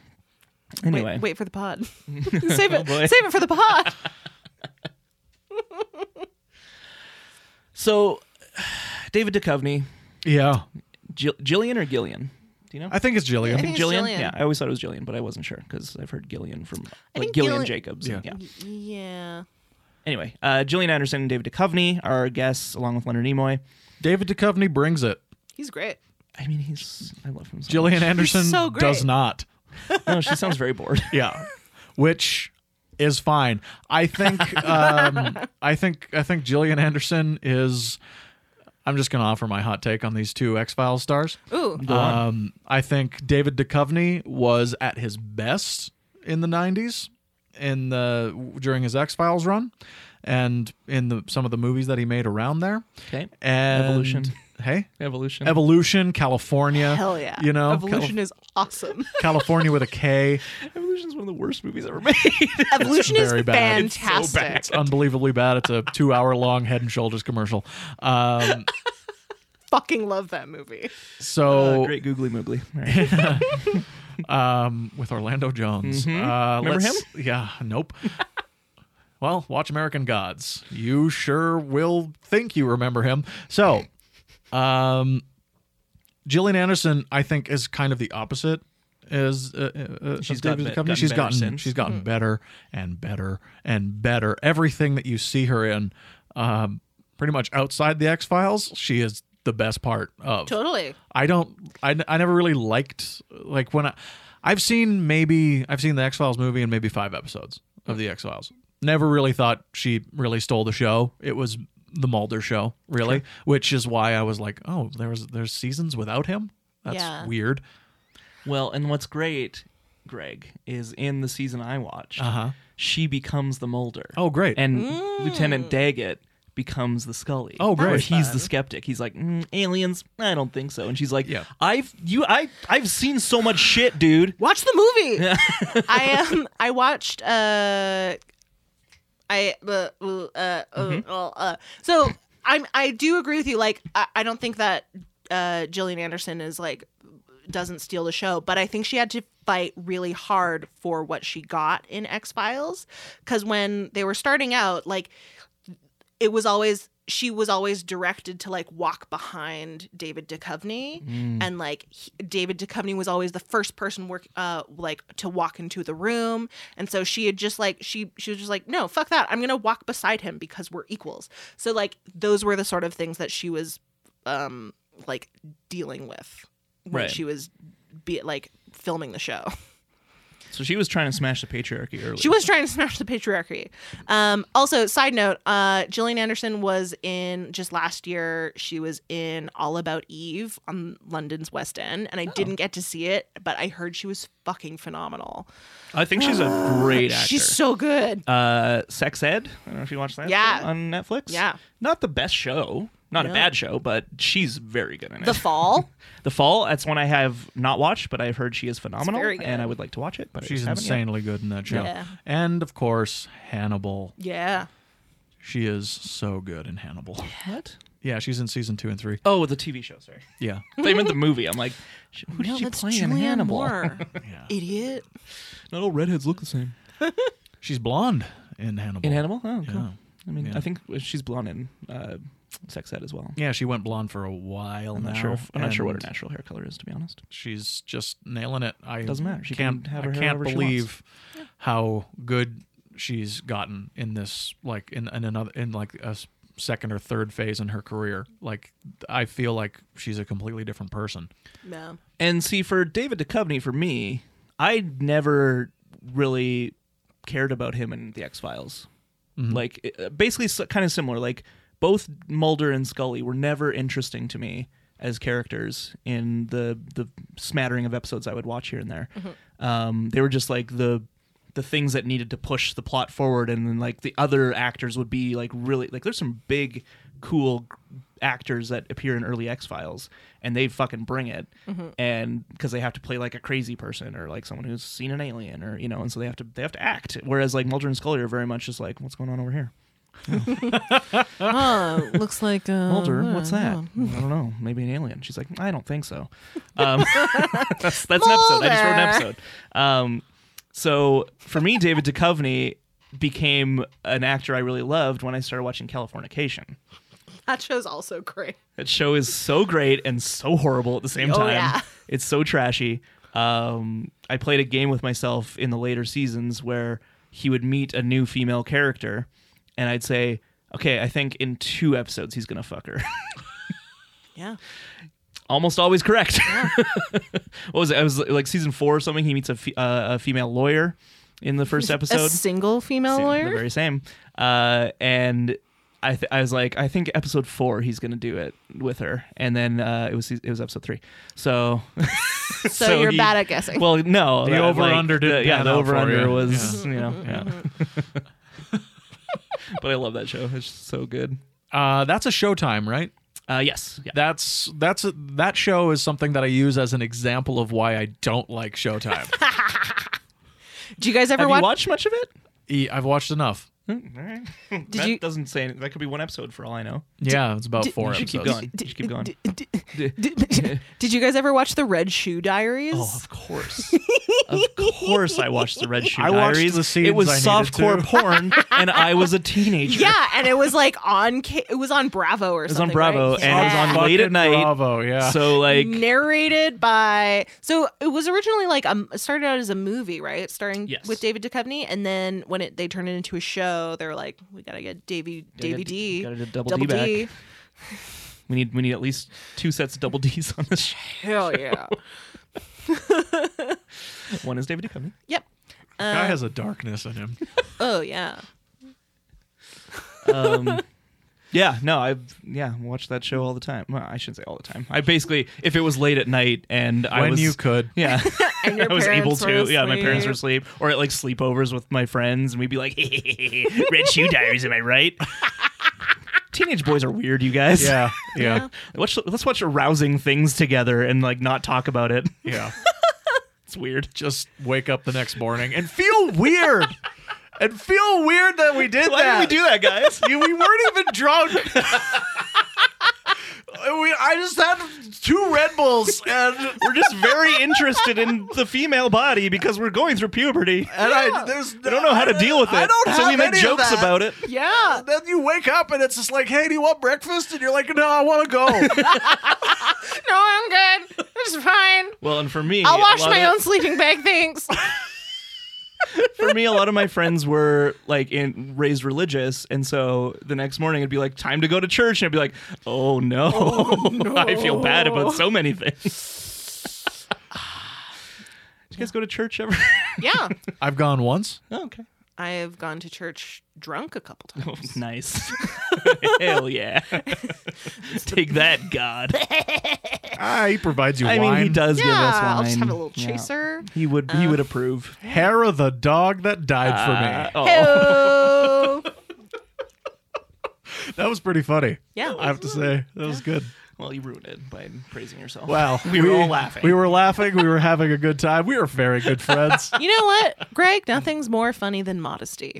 Anyway, Oh, Wait, wait for the pod. save it. boy. save it for the pod. so David Duchovny, yeah, Jill- Jillian or Gillian? Do you know? I think it's Jillian. I think it's Gillian. Yeah, I always thought it was Gillian, but I wasn't sure because I've heard Gillian from like think Gillian Gillian- Jacobs. Yeah. yeah. Yeah. Anyway, uh, Gillian Anderson and David Duchovny are our guests, along with Leonard Nimoy. David Duchovny brings it. He's great. I mean, he's I love him. So Jillian Anderson so great. does not. much. No, she sounds very bored. Yeah, which is fine. I think. Um, I think. I think Jillian Anderson is. I'm just going to offer my hot take on these two X Files stars. Ooh. Um, I think David Duchovny was at his best in the '90s, in the during his X Files run, and in the some of the movies that he made around there. Okay, And Evolution. Hey, evolution. Evolution, California. Hell yeah. You know, Evolution is awesome. Cal- California with a K. Evolution's one of the worst movies ever made. Evolution is very bad. It's fantastic. It's unbelievably bad. It's a two-hour-long Head and Shoulders commercial. Um, Fucking love that movie. so, Uh, great googly moogly. All right. um, with Orlando Jones. Uh, Mm-hmm. Remember let's- Yeah. Nope. well, watch American Gods. You sure will think you remember him. So, um, Gillian Anderson, I think, is kind of the opposite. Is uh, uh, uh, She's of David gotten be- Duchovny. gotten she's better gotten since. Hmm. she's gotten better and better and better. Everything that you see her in, um, pretty much outside the X Files, she is the best part of. Totally. I don't. I, I never really liked like when I, I've seen maybe I've seen the X Files movie and maybe five episodes of the X Files. Never really thought she really stole the show. It was the Mulder show, really, which is why I was like, oh, there was there's seasons without him. That's Yeah. weird. well, and what's great, Greg, is in the season I watched, Uh-huh. she becomes the Mulder. Oh, great. and Mm. Lieutenant Daggett becomes the Scully. Oh, great. Where he's the skeptic. He's like, mm, aliens? I don't think so. And she's like, Yeah. I've you I I've seen so much shit, dude. Watch the movie. I um I watched uh I uh, uh, uh, uh, uh. so I'm I do agree with you. Like I, I don't think that uh, Gillian Anderson is like doesn't steal the show, but I think she had to fight really hard for what she got in X Files because when they were starting out, like it was always she was always directed to like walk behind David Duchovny Mm. and like he, David Duchovny was always the first person work uh like to walk into the room and so she had just like she she was just like no fuck that I'm going to walk beside him because we're equals so like those were the sort of things that she was um like dealing with when Right. she was be like filming the show So she was trying to smash the patriarchy early. she was trying to smash the patriarchy. Um, also, side note, uh, Gillian Anderson was in just last year. She was in All About Eve on London's West End, and I didn't get to see it, but I heard she was fucking phenomenal. I think she's a great actor. She's so good. uh, Sex Ed. I don't know if you watched that. Yeah. show On Netflix. Yeah. Not the best show. Not a No. bad show, but she's very good in it. The Fall. The Fall. That's one I have not watched, but I've heard she is phenomenal, very good. and I would like to watch it. But I She's just haven't yet. insanely good in that show. Yeah. And of course, Hannibal. Yeah. She is so good in Hannibal. What? Yeah, she's in season two and three. Oh, the TV show. Sorry, Yeah. they meant the movie. I'm like, sh- who did No, she that's play in Julianne Hannibal? Moore. Yeah. Idiot. Not all redheads look the same. She's blonde in Hannibal. In Hannibal? Oh, cool. Yeah. I mean, Yeah. I think she's blonde in uh, Sex Ed as well. Yeah, she went blonde for a while I'm now. not sure. If, I'm not sure what her and natural hair color is, to be honest. She's just nailing it. I Doesn't matter. She can't can have her I hair can't however she believe how good she's gotten in this like in, in another in like a s- second or third phase in her career. Like I feel like she's a completely different person. No. And see, for David Duchovny, for me, I never really cared about him in the X Files. Like, uh, basically, so, kind of similar. Like, both Mulder and Scully were never interesting to me as characters in the the smattering of episodes I would watch here and there. Um, they were just like the the things that needed to push the plot forward, and then like the other actors would be like really like there's some big cool actors that appear in early X Files, and they fucking bring it, Mm-hmm. and because they have to play like a crazy person or like someone who's seen an alien or you know, and so they have to they have to act. Whereas like Mulder and Scully are very much just like what's going on over here. Oh, looks like uh, Mulder, what's that? I don't know. Maybe an alien. She's like, I don't think so. Um, that's that's an episode. I just wrote an Mulder. episode. Um, so for me, David Duchovny became an actor I really loved when I started watching Californication. That show's also great. That show is so great and so horrible at the same Oh, time. yeah. It's so trashy. Um, I played a game with myself in the later seasons where he would meet a new female character, and I'd say, "Okay, I think in two episodes he's gonna fuck her." Yeah. almost always correct. what was it? I was like season four or something. He meets a, fe- uh, a female lawyer in the first A episode. single female Same- The lawyer. very same. Uh, and I, th- I was like, I think episode four, he's gonna do it with her. And then uh, it was se- it was episode three. So So, you're he- bad at guessing. Well, no, The that, over-under like, didn't the- Yeah, pan the out over under for you. was you know. Yeah. But I love that show. It's just so good. Uh, that's a Showtime, right? Uh, yes. Yeah. That's that's that show is something that I use as an example of why I don't like Showtime. Do you guys ever Have watch? you watched much of it? E- I've watched enough. Did you- doesn't say anything. That could be one episode for all I know. Yeah, it's about four you should episodes. keep going. You should keep going. D- d- d- Did you guys ever watch the Red Shoe Diaries? Oh, of course. of course I watched the Red Shoe I watched Diaries. the scenes it was I needed to. softcore porn and I was a teenager. yeah, and it was like on ca- it was on Bravo or was on something. Bravo, right? and it was Yeah. on late at Fucking night. Bravo, yeah. So like narrated by so it was originally like um it started out as a movie, right? Starring Yes. with David Duchovny, and then when it they turned it into a show, they were like, we gotta get Davy Davy D. Gotta get double, D, back. We need we need at least two sets of double D's on this. show. Hell yeah. One is David Duchovny. yep. Uh, Guy has a darkness in him. Oh yeah. Um, yeah, no, I yeah watched that show all the time. Well, I shouldn't say all the time. I basically if it was late at night and I when was you could. yeah. And your I was able parents to. were Yeah, my parents were asleep. asleep, or at like sleepovers with my friends, and we'd be like, "Red Shoe Diaries," am I right? Teenage boys are weird, you guys. Yeah, yeah, Let's, let's watch arousing things together and like not talk about it. yeah. It's weird. Just wake up the next morning and feel weird and feel weird that we did Why that. did we do that, guys? You- we weren't even drunk. we, I just had two Red Bulls and We're just very interested in the female body because we're going through puberty. and I there's I don't know how to deal with it. I don't so we have make any of jokes that. about it. Yeah. Then you wake up and it's just like, hey, do you want breakfast? And you're like, no, I want to go. No, I'm good. It's fine. Well, and for me, I'll a wash lot my of- own sleeping bag. Thanks. For me, a lot of my friends were like in raised religious, and so the next morning it'd be like time to go to church, and I'd be like, oh no, I feel bad about so many things. Did you guys go to church ever? Yeah. I've gone once. oh, okay, I have gone to church drunk a couple times. Oh, nice. Hell yeah! Take that, God. Ah, he provides you I wine. mean, he does give us Yeah, wine. I'll just have a little Yeah. chaser. He would. He would approve. Hera, the dog that died Uh, for oh. Oh. me. That was pretty funny. Yeah. I have to say that was good. Well, you ruined it by praising yourself. Wow, we, were all laughing. We were laughing. We were having a good time. We were very good friends. You know what, Greg? Nothing's more funny than modesty.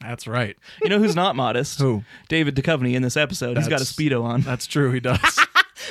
That's right. you know who's not modest? Who? David Duchovny in this episode. He's got a That's- speedo on. That's true. He does.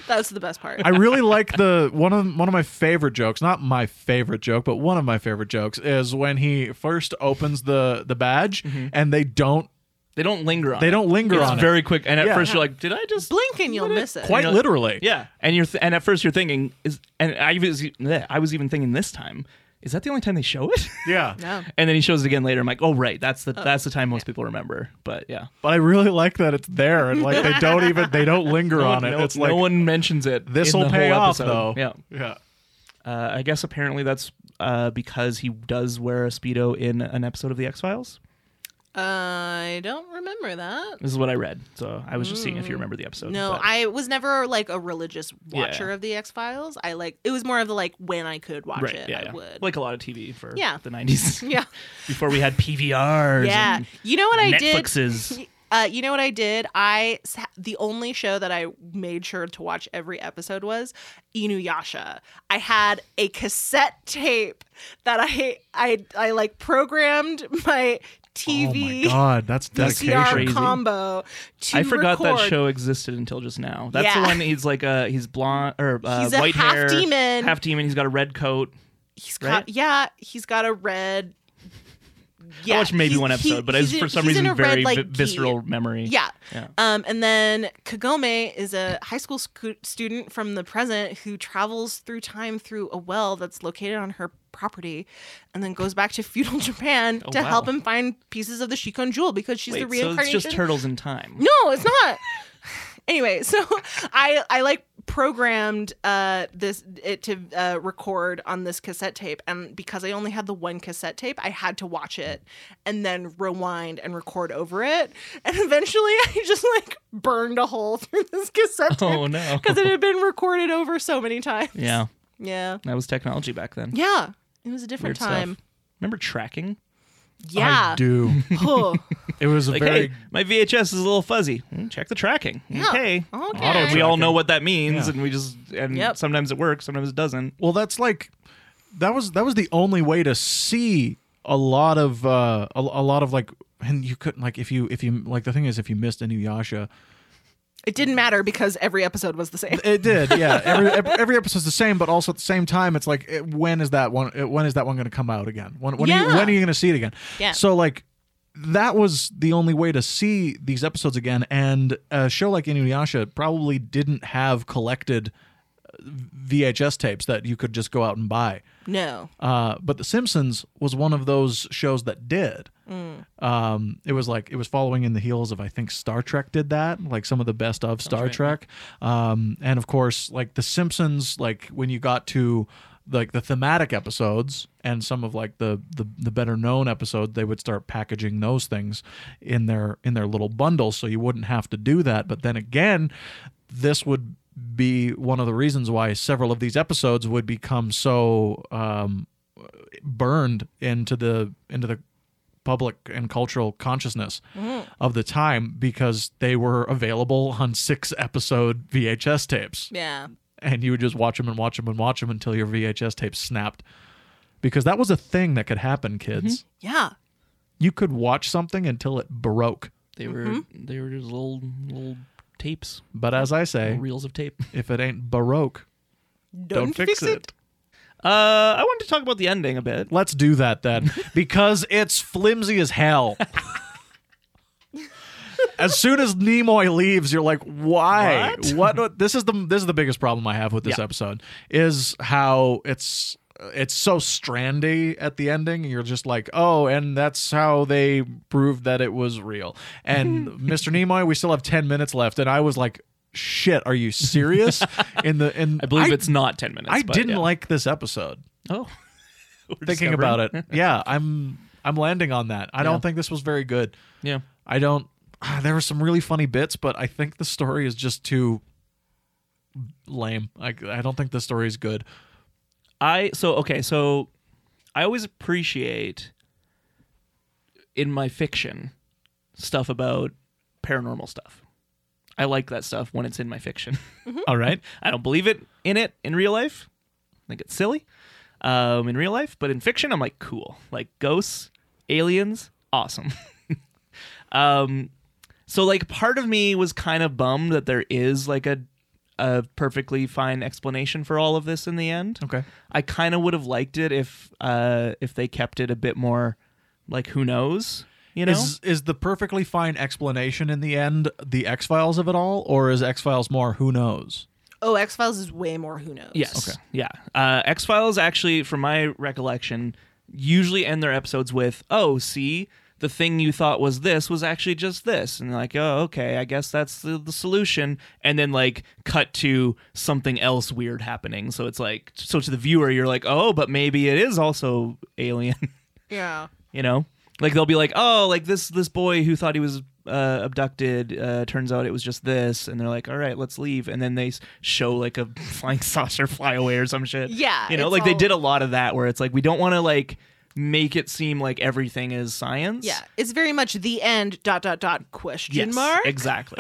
That's the best part. I really like the one of one of my favorite jokes. Not my favorite joke, but one of my favorite jokes is when he first opens the the badge Mm-hmm. and they don't They don't linger on. they it. don't linger It's on it. very quick. And at Yeah. first you're like, did I just? Blink and you'll miss it. Quite you know, literally. Yeah. And you're th- and at first you're thinking is and I was e-, bleh, I was even thinking this time is that the only time they show it? Yeah. No. and then he shows it again later. I'm like, oh right, that's the that's the time most people remember. But yeah, But I really like that it's there and like they don't even they don't linger no, on it. no- it's no like one mentions it. this in will the pay whole off episode. though. Yeah. Yeah. Uh, I guess apparently that's uh, because he does wear a speedo in an episode of the X Files. I don't remember that. This is what I read, so I was just seeing if you remember the episode. No, but- I was never like a religious watcher Yeah. of the X Files. I like it was more of the like when I could watch right, it, yeah, I yeah. would. like a lot of TV for Yeah. the '90s yeah, before we had PVRs. yeah. and You know what I Netflixes. did? Uh, you know what I did? I s- the only show that I made sure to watch every episode was Inuyasha. I had a cassette tape that I I I like programmed my Oh my TV god, that's dedication. VCR Crazy. combo to I forgot that record show existed until just now. That's the Yeah. one he's like uh he's blonde or uh, He's a white half hair, demon. half demon. He's got a red coat. He's got right? yeah, he's got a red. Yeah, I watched maybe he's- one episode, he- but it's he's in- for some he's reason in a red, very like, vi- gi. visceral memory. Yeah. Yeah. Um, and then Kagome is a high school scu- student from the present who travels through time through a well that's located on her property, and then goes back to feudal Japan to wow. help him find pieces of the Shikon jewel because she's Wait, the so it's reincarnation. just turtles in time. No, it's not. anyway, so I I like programmed uh this it to uh, record on this cassette tape and because I only had the one cassette tape, I had to watch it and then rewind and record over it. And eventually I just like burned a hole through this cassette tape Oh no. cuz it had been recorded over so many times. Yeah, Yeah. that was technology back then. Yeah. It was a different Weird time. stuff. Remember tracking? I Yeah. do. Oh, It was a Like, very hey, my VHS is a little fuzzy. Mm, Check the tracking. Okay. Auto Okay. We tracking. all know what that means, Yeah. and we just and Yep. sometimes it works, sometimes it doesn't. Well, that's like that was that was the only way to see a lot of uh a, a lot of like and you couldn't like if you if you like the thing is if you missed Inuyasha It didn't matter because every episode was the same. it did yeah every ev- every episode's the same but also at the same time it's like it, when is that one it, when is that one going to come out again when when, are you, Yeah. when are you going to see it again Yeah. so like that was the only way to see these episodes again and a show like Inuyasha probably didn't have collected uh, VHS tapes that you could just go out and buy No. Uh, but The Simpsons was one of those shows that did. Um, it was like it was following in the heels of I think Star Trek did that, like some of the best of Star Trek, um, and of course like The Simpsons, like when you got to like the thematic episodes and some of like the the, the better known episodes, they would start packaging those things in their in their little bundles, so you wouldn't have to do that. But then again, this would be one of the reasons why several of these episodes would become so um, burned into the into the public and cultural consciousness of the time because they were available on six episode VHS tapes Yeah. and you would just watch them and watch them and watch them until your VHS tape snapped because that was a thing that could happen, kids. Yeah. You could watch something until it broke. They were Mm-hmm. they were just little little tapes, But as I say, reels of tape. if it ain't baroque, don't, fix, it. Uh, I wanted to talk about the ending a bit. Let's do that then, because it's flimsy as hell. as soon as Nimoy leaves, you're like, why? What? What? This is the this is the biggest problem I have with this episode is how it's it's so strandy at the ending and you're just like oh and that's how they proved that it was real and mr nimoy we still have 10 minutes left and i was like shit are you serious in the in I believe it's not ten minutes. i but didn't yeah. like this episode Oh, We're thinking stubborn. about it. Yeah, I'm I'm landing on that. I don't think this was very good. Yeah, I don't. ah, There were some really funny bits, but I think the story is just too lame. I I don't think the story is good. I so okay so I always appreciate in my fiction stuff about paranormal stuff. I like that stuff when it's in my fiction. All right. I don't believe it in it in real life. I think it's silly um, in real life, but in fiction, I'm like, cool. Like ghosts, aliens, awesome. um, so like, part of me was kind of bummed that there is like a a perfectly fine explanation for all of this in the end. Okay. I kind of would have liked it if uh, if they kept it a bit more like who knows, you know? Is is the perfectly fine explanation in the end the X Files of it all, or is X Files more who knows? Oh, X Files is way more who knows. Yes. Okay. Yeah. Uh, X Files actually, from my recollection, usually end their episodes with, "Oh, see, the thing you thought was this was actually just this," and like, "Oh, okay, I guess that's the, the solution," and then like cut to something else weird happening. So it's like, so to the viewer, you're like, "Oh, but maybe it is also alien." Yeah. you know like they'll be like oh like this this boy who thought he was uh, abducted uh, turns out it was just this and they're like all right let's leave and then they s- show like a flying saucer fly away or some shit Yeah, you know it's like they all- did a lot of that where it's like we don't want to like make it seem like everything is science Yeah. It's very much the end dot dot dot question Yes, mark. exactly.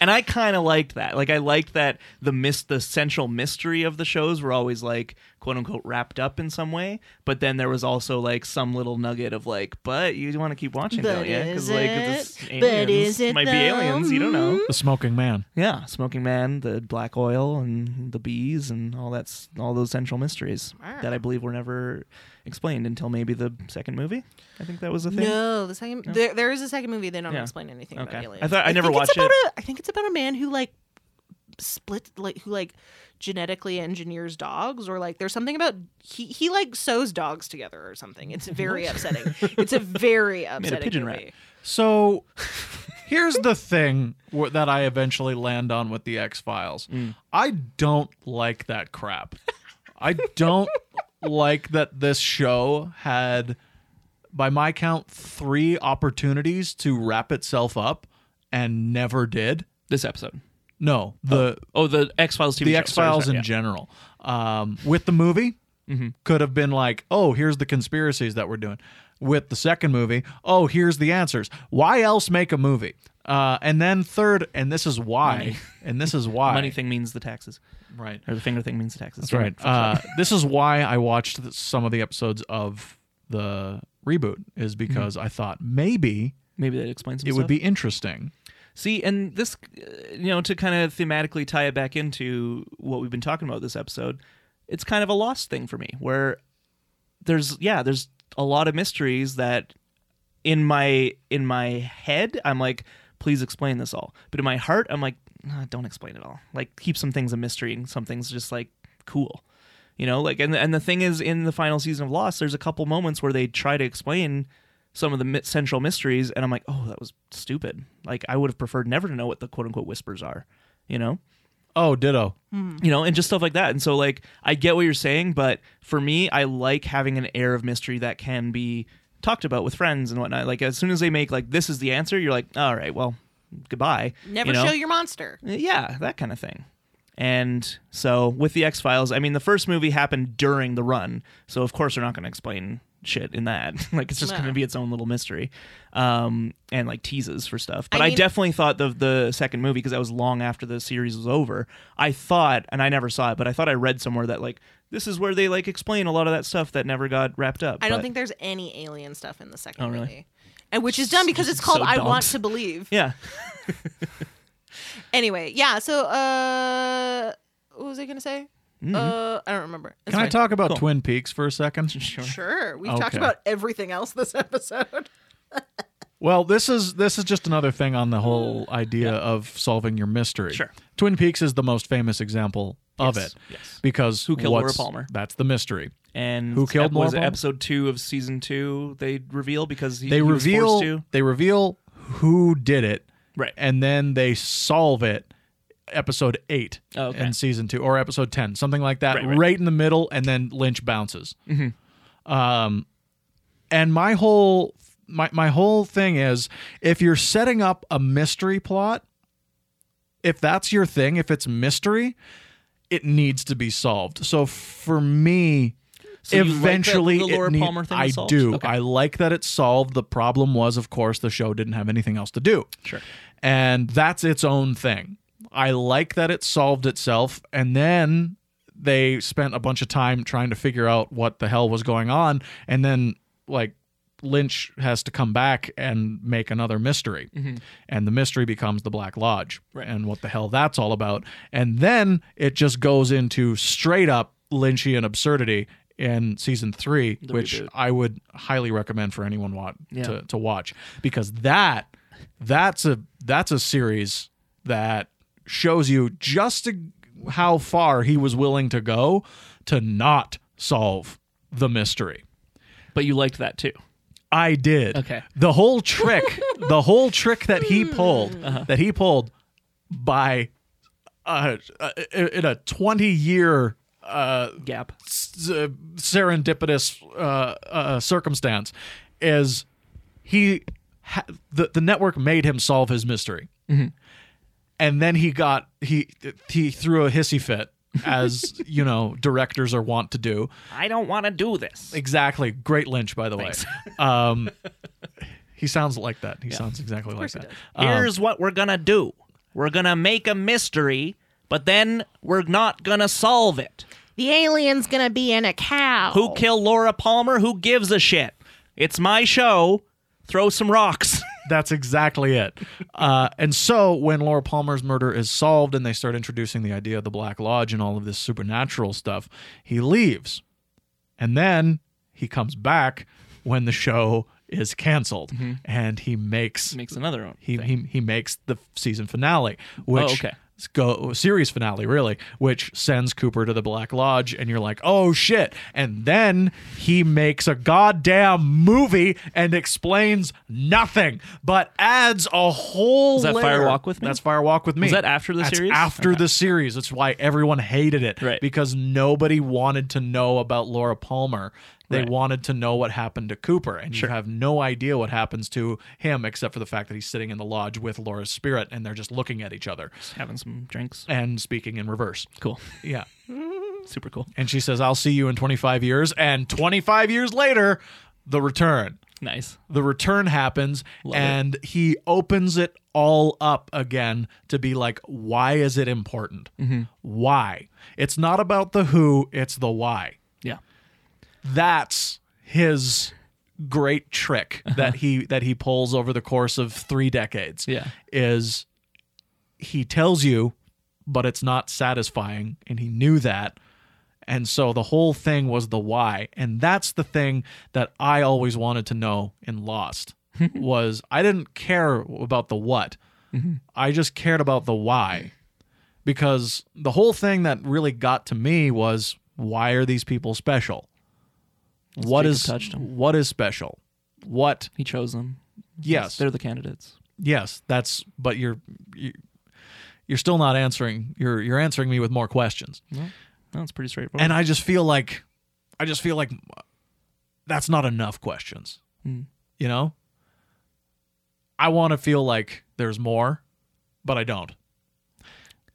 and I kind of liked that. Like I liked that the mis- the central mystery of the shows were always like quote unquote wrapped up in some way, but then there was also like some little nugget of like, but you want to keep watching, But don't you? is like it? this But aliens is it might though? be aliens. You don't know. The Smoking Man. Yeah, Smoking Man, the black oil, and the bees, and all that's all those central mysteries that I believe were never explained until maybe the second movie. I think that was a thing. No, the second there, there is a second movie. They don't Yeah. explain anything Okay. about aliens. I thought- I never think it's watched about it. A, I think it's about a man who like split like who like genetically engineers dogs or like there's something about he he like sews dogs together or something. It's very upsetting. It's a very upsetting pigeon movie. So here's the thing wh- that I eventually land on with the X Files. I don't like that crap. I don't like that this show had, by my count, three opportunities to wrap itself up and never did. This episode. No, the Oh, the X Files TV. the show. X Files in Sorry, sorry, general. Um, with the movie, Mm-hmm. could have been like, oh, here's the conspiracies that we're doing. With the second movie, oh, here's the answers. Why else make a movie? Uh, and then third, and this is why, and this is why. yeah. money thing means the taxes, Right. or the finger thing means the taxes. That's right. Uh, this is why I watched th- some of the episodes of the reboot, is because I thought maybe Maybe Mm-hmm. that explains some it stuff. would be interesting. See, and this, uh, you know, to kind of thematically tie it back into what we've been talking about this episode, it's kind of a lost thing for me where there's yeah, there's a lot of mysteries that in my in my head I'm like please explain this all. But in my heart I'm like "Nah, don't explain it all. Like keep some things a mystery and some things just like cool. You know, like and and the thing is in the final season of Lost there's a couple moments where they try to explain some of the mi- central mysteries and I'm like, "Oh, that was stupid." Like I would have preferred never to know what the quote-unquote whispers are, you know? Oh, ditto. Mm-hmm. you know, and just stuff like that. And so, like, I get what you're saying, but for me, I like having an air of mystery that can be talked about with friends and whatnot. Like, as soon as they make like this is the answer, you're like, all right, well, goodbye. Never you know? show your monster. yeah, that kind of thing. And so with the X Files, I mean, the first movie happened during the run, so of course they're not going to explain shit in that. like, it's just No. going to be its own little mystery, um, and like teases for stuff. But I, mean- definitely thought the the second movie because that was long after the series was over. I thought, and I never saw it, but I thought I read somewhere that like this is where they like explain a lot of that stuff that never got wrapped up. I don't but- think there's any alien stuff in the second Oh, really? movie. And which is dumb because it's called So I dumb. Want to Believe. Yeah, Anyway, yeah, so uh what was I going to say? Mm-hmm. Uh I don't remember. It's Can I fine. talk about Twin Peaks for a second? Sure. We've talked Okay. about everything else this episode. Well, this is this is just another thing on the whole idea of solving your mystery. Mm. Sure. Twin Peaks is the most famous example of Yes, it. yes. Because who killed Laura Palmer? That's the mystery. and Who killed was Laura it Palmer? episode two of season two? They reveal because he, They he was reveal forced to. they reveal who did it. Right. And then they solve it episode 8 Oh, okay. in season 2 or episode 10, something like that right, right. Mm-hmm. in the middle and then Lynch bounces. Um and my whole my my whole thing is if you're setting up a mystery plot, if that's your thing, if it's mystery, it needs to be solved. So for me, So you like that eventually, the it Laura need- Palmer thing I was solved? Oh, do. Okay. I like that it's solved. The problem was, of course, the show didn't have anything else to do. Sure. And that's its own thing. I like that it solved itself. And then they spent a bunch of time trying to figure out what the hell was going on. And then, like, Lynch has to come back and make another mystery. Mm-hmm. And the mystery becomes the Black Lodge and what the hell that's all about. And then it just goes into straight up Lynchian absurdity in season three, which reboot. I would highly recommend for anyone want Yeah. to, to watch because that that's a that's a series that shows you just to, how far he was willing to go to not solve the mystery. But you liked that too. I did. Okay. The whole trick, the whole trick that he pulled, that he pulled by uh, uh, in a 20 year uh, Gap. s- uh, serendipitous uh, uh, circumstance is he ha- the the network made him solve his mystery, and then he got he he threw a hissy fit as you know directors are wont to do. I don't want to do this. Exactly, great Lynch by the way. Um, he sounds like that. He sounds exactly like he that. Here's what we're gonna do. We're gonna make a mystery, but then we're not gonna solve it. The alien's gonna be in a cow. Who killed Laura Palmer? Who gives a shit? It's my show. Throw some rocks. That's exactly it. Uh, and so when Laura Palmer's murder is solved and they start introducing the idea of the Black Lodge and all of this supernatural stuff, he leaves. And then he comes back when the show is canceled and he makes Makes another one. he, he he makes the season finale, which Oh, okay. s- go series finale really, which sends Cooper to the Black Lodge, and you're like, oh shit! And then he makes a goddamn movie and explains nothing, but adds a whole. Is that Fire Walk with Me? That's Fire Walk with me. Was that after the That's series? After the series, that's why everyone hated it, Right. Because nobody wanted to know about Laura Palmer. They Right. wanted to know what happened to Cooper, and you have no idea what happens to him except for the fact that he's sitting in the lodge with Laura's spirit, and they're just looking at each other Having some drinks. and speaking in reverse. Cool. Yeah, Super cool. and she says, "I'll see you in 25 years," and 25 years later, the return. Nice. The return happens, and he opens it all up again to be like, "Why is it important? Why? It's not about the who; it's the why." Yeah. that's his great trick that he that he pulls over the course of three decades Yeah. is he tells you but it's not satisfying and he knew that and so the whole thing was the why and that's the thing that i always wanted to know in lost was i didn't care about the what Mm-hmm. i just cared about the why because the whole thing that really got to me was why are these people special what Jacob is touched 'em. what is special what He chose them. yes They're the candidates. yes that's but you're you, you're still not answering you're you're answering me with more questions That's pretty straightforward. and i just feel like i just feel like that's not enough questions Mm. you know i want to feel like there's more but i don't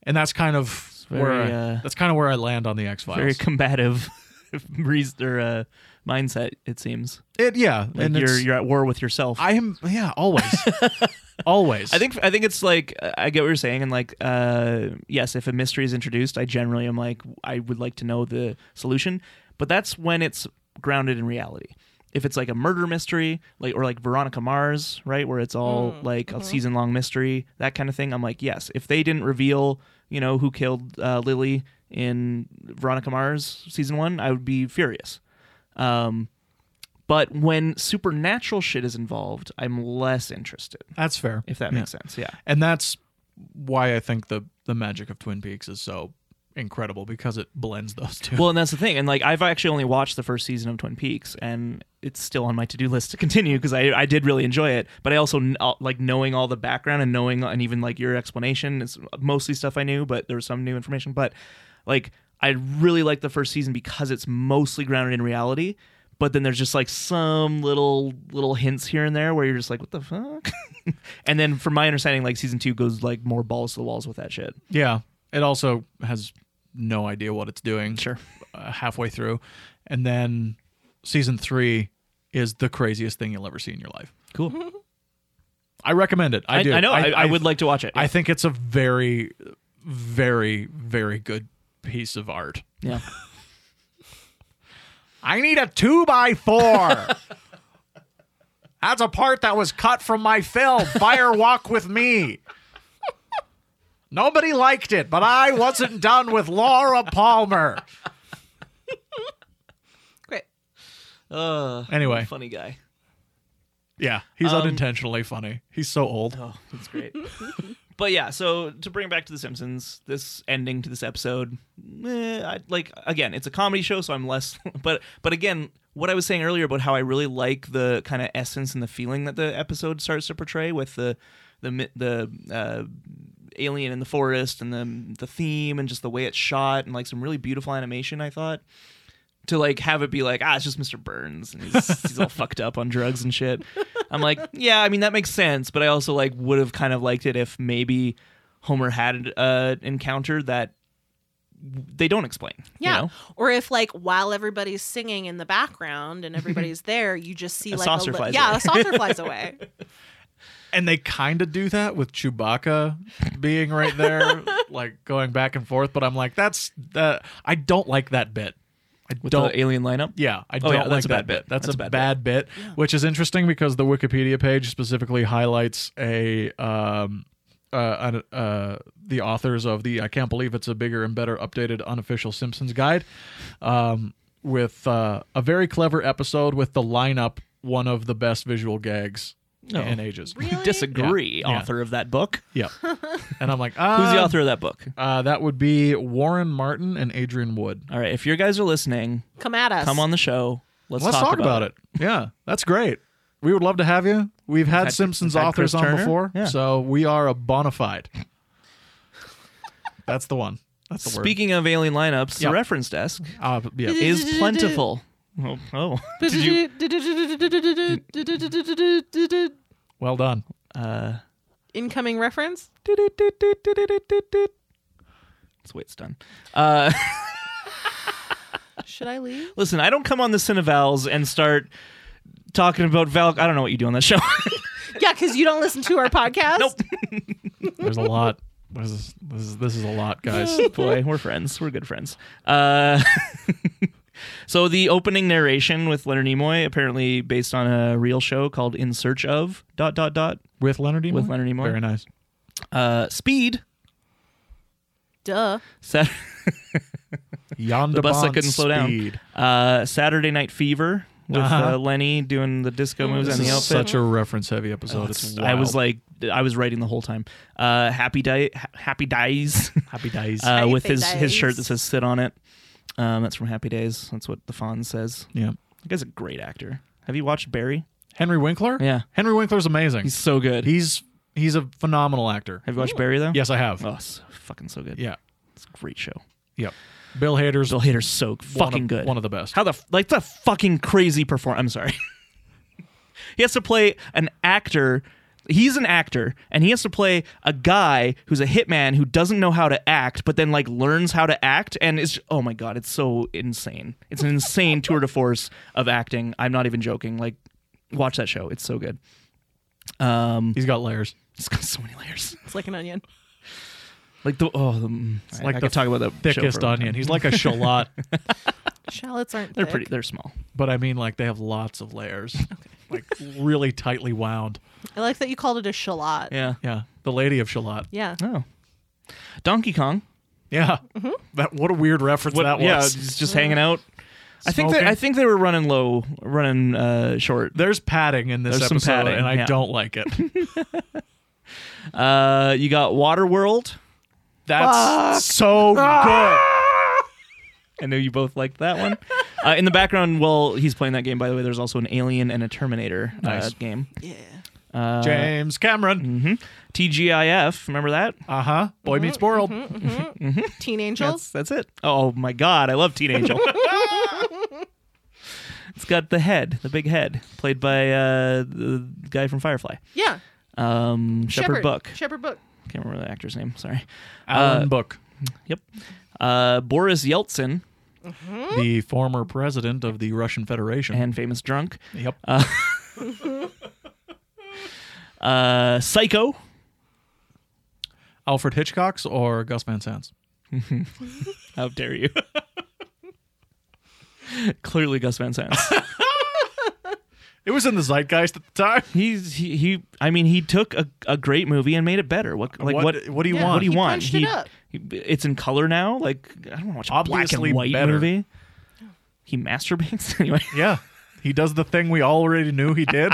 and that's kind of very, where I- uh, that's kind of where i land on the x files very combative reas- or, uh, mindset. It seems It yeah, like and you're it's, you're at war with yourself. I am yeah always, always. I think I think it's like I get what you're saying, and like uh, yes, if a mystery is introduced, I generally am like I would like to know the solution, but that's when it's grounded in reality. If it's like a murder mystery, like or like Veronica Mars, right, where it's all like a season long mystery, that kind of thing, I'm like yes. If they didn't reveal, you know, who killed uh, Lily in Veronica Mars season one, I would be furious. Um, but when supernatural shit is involved, I'm less interested that's fair, if that makes sense. Yeah. and that's why I think the the magic of Twin Peaks is so incredible because it blends those two. Well, and that's the thing. And like, I've actually only watched the first season of Twin Peaks, and it's still on my to do list to continue because I, I did really enjoy it. But I also kn- uh, like knowing all the background and knowing, and even like your explanation is mostly stuff I knew, but there was some new information. But like, I really like the first season because it's mostly grounded in reality. But then there's just like some little little hints here and there where you're just like, what the fuck? and then from my understanding, like season two goes like more balls to the walls with that shit. yeah, it also has no idea what it's doing. Sure, uh, halfway through, and then season three is the craziest thing you'll ever see in your life. Cool. I recommend it. I, I, do. I know. I, I, would like to watch it. I think it's a very, very, very good piece of art. yeah. I need a two by four. That's a part that was cut from my film, Fire Walk with Me. Nobody liked it, but I wasn't done with Laura Palmer. Great. Uh, Anyway, funny guy. yeah, he's Um, unintentionally funny. He's so old. Oh, that's great. but yeah, so to bring it back to The Simpsons, this ending to this episode, eh, I, like again, it's a comedy show, so I'm less. But but again, what I was saying earlier about how I really like the kind of essence and the feeling that the episode starts to portray with the the mi- the uh, alien in the forest and the the theme and just the way it's shot and like some really beautiful animation. I thought. to like have it be like ah it's just Mr. Burns and he's, he's all fucked up on drugs and shit. I'm like yeah I mean that makes sense but I also like would have kind of liked it if maybe Homer had uh encounter that they don't explain. Yeah. You know? Or if like while everybody's singing in the background and everybody's there, you just see A like saucer a flies yeah, away. a saucer flies away. And they kind of do that with Chewbacca being right there, like going back and forth. But I'm like, that's that. I don't like that bit. I With don't the alien lineup. Yeah, I Oh, don't yeah, like that's a that bad bit. That's, That's a a bad, bad bit, which is interesting because the Wikipedia page specifically highlights a um uh, an- uh the authors of the I can't believe it's a bigger and better updated unofficial Simpsons guide, um with uh, a very clever episode with the lineup one of the best visual gags Oh. in ages. Really? Disagree, Yeah. author of that book. Yep. and I'm like, uh, Who's the author of that book? Uh, that would be Warren Martin and Adrian Wood. All right, if your guys are listening, Come at us. come on the show. Let's, Let's, talk, about, it. Yeah, that's great. We would love to have you. We've had, had- Simpsons we've had authors Chris on Turner. before, Yeah. so we are a bona fide. that's the one. That's the Speaking of alien lineups, Yeah. the reference desk word. Uh, yeah. is plentiful. Oh, oh. did you? Well done. Uh, Incoming reference? That's way it's done. Uh, Should I leave? listen, I don't come on the Cinevals and start talking about Val. I don't know what you do on that show. Yeah, because you don't listen to our podcast. Nope. There's a lot. This is, this is this is a lot, guys. Boy, we're friends. We're good friends. Uh, so the opening narration with Leonard Nimoy, apparently based on a real show called In Search of dot dot dot. With Leonard Nimoy. With Leonard Nimoy. Very nice. Uh, speed. Duh. Sat- Yonda the bus that Bond couldn't slow down. speed. Uh, Saturday Night Fever with Uh-huh. uh, Lenny doing the disco moves This and the is outfit. such a reference heavy episode. it's wild. I was like, I was writing the whole time. Uh, happy day, happy days, happy days. uh, with his Happy his shirt days. that says "Sit on it." Um, that's from Happy Days. That's what the Fonz says. yeah. The guy's a great actor. Have you watched Barry? Henry Winkler. Yeah. Henry Winkler's amazing. He's so good. he's he's a phenomenal actor. Have you watched Barry though? Yes, I have. Oh, it's fucking so good. Yeah. it's a great show. Yep. Bill Hader's Bill Hader's so one fucking of, good. One of the best. How the f- like the fucking crazy perform? I'm sorry. he has to play an actor he's an actor and he has to play a guy who's a hitman who doesn't know how to act, but then like learns how to act and is oh my god, it's so insane. It's an insane tour de force of acting. I'm not even joking. Like, watch that show. It's so good. Um, He's got layers. it's got so many layers. It's like an onion. Like the oh, um, I, like I the could talk about that show Thickest for a long time. onion. He's like a shallot, Shallots aren't. They're thick. pretty. They're small. but I mean like they have lots of layers. Like really tightly wound. I like that you called it a shallot. Yeah. Yeah. The lady of shallot. Yeah. Oh. Donkey Kong. Yeah. That what a weird reference Mm-hmm. What- that was. yeah, just, just hanging out. I think they, Smoking. I think they were running low, running uh, short. There's padding in this There's some episode padding, and I yeah. don't like it. Uh, you got Waterworld. That's Ah. Ah. so good. I know you both liked that one. Uh, in the background, while he's playing that game, by the way, there's also an Alien and a Terminator uh, Nice. game. Yeah. Uh, James Cameron. mhm. TGIF, remember that? Uh-huh. Boy Mm-hmm, Meets World. Teen That's Angels. that's it. Oh my God, I love Teen Angel. it's got the head, the big head, played by uh, the guy from Firefly, yeah. um, Shepherd Buck. Shepherd Book. Can't remember the actor's name. Sorry. Alan Uh, Book, Yep. Uh, Boris Yeltsin the former president of the Russian Federation. mm-hmm. and famous drunk. yep. Uh, Psycho. Alfred Hitchcock's or Gus Van Sant's? How dare you? Clearly, Gus Van Sant. It was in the zeitgeist at the time. He's he, he. I mean, he took a, a great movie and made it better. What like what? what, what do you Yeah. want? What do you He want? punched it up. he- it's in color now. Like I don't want to watch a black Obviously and white better. movie. He masturbates anyway. yeah. He does the thing we already knew he did.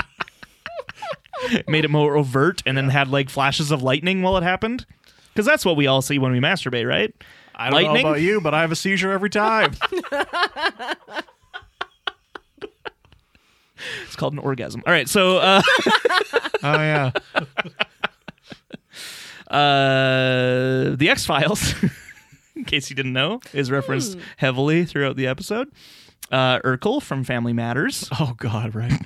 made it more overt, and then had like flashes of lightning while it happened. Because that's what we all see when we masturbate, right? I don't lightning. know about you, but I have a seizure every time. It's called an orgasm. All right, so. Uh, oh yeah. Uh, the X Files, in case you didn't know, Hmm. is referenced heavily throughout the episode. Uh, Urkel from Family Matters, Oh god, right.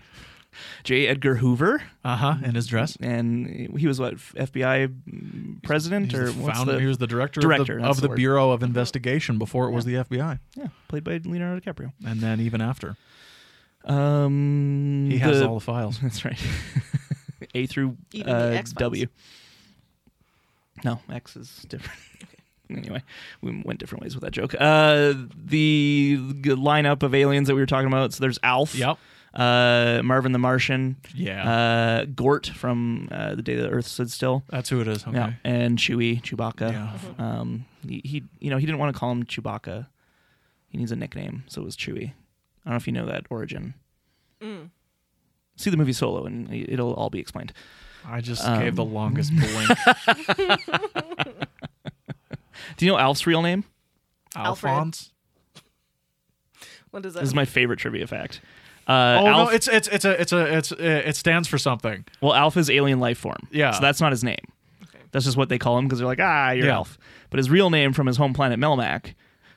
J. Edgar Hoover, Uh-huh. In his dress. and he was what FBI president He's or the what's founder, the- he was the director, Director, of the, of that's the the word. Bureau of Investigation before it was the FBI, yeah, played by Leonardo DiCaprio. and then even after, Um, he has the- all the files. That's right. A through E Even the uh, X-Files. W. No, X is different. anyway, we went different ways with that joke. Uh, the g- lineup of aliens that we were talking about. So there's Alf. Yep. Uh, Marvin the Martian. Yeah. Uh, Gort from uh, the Day the Earth Stood Still. That's who it is. Okay. Yeah. And Chewie, Chewbacca. Yeah. Um, he, he, you know, he didn't want to call him Chewbacca. He needs a nickname, so it was Chewie. I don't know if you know that origin. Mm. See the movie Solo, and it- it'll all be explained. I just Um, gave the longest blink. Do you know Alf's real name? Alfred. Alphonse. What is that? This is my favorite trivia fact. Uh, Oh no, Alf, it's it's it's a it's a it's uh, it stands for something. well, Alf is alien life form. Yeah. so that's not his name. That's just what they call him because they're like, ah, you're Yeah. Alf. But his real name from his home planet Melmac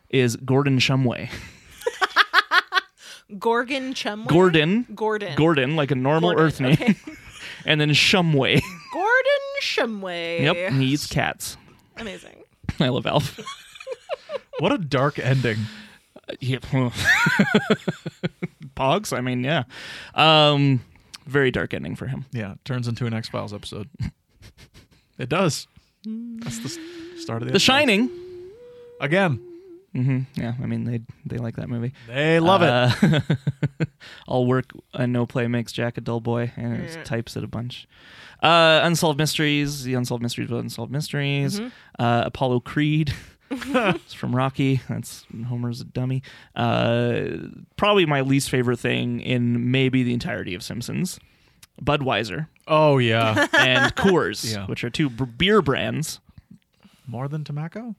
is Gordon Shumway. Gorgon Chumley. Gordon, Gordon. Gordon, like a normal Gordon, Earth name, and then Shumway. Gordon Shumway. yep, and he eats cats. Amazing. I love Alf. What a dark ending. Yep. Pogs. I mean, yeah. Um, very dark ending for him. Yeah, turns into an X Files episode. It does. That's the s- start of the. The episode. Shining. again. hmm Yeah. I mean, they they like that movie. They Mm-hmm. love it. Uh, all work and no play makes Jack a dull boy, and it Yeah. types it a bunch. Uh, unsolved mysteries. The unsolved mysteries of unsolved mysteries. Uh, Apollo Creed. it's from Rocky. That's Homer's a dummy. Uh, probably my least favorite thing in maybe the entirety of Simpsons. Budweiser. Oh yeah, and Coors, Yeah. which are two b- beer brands. more than tobacco,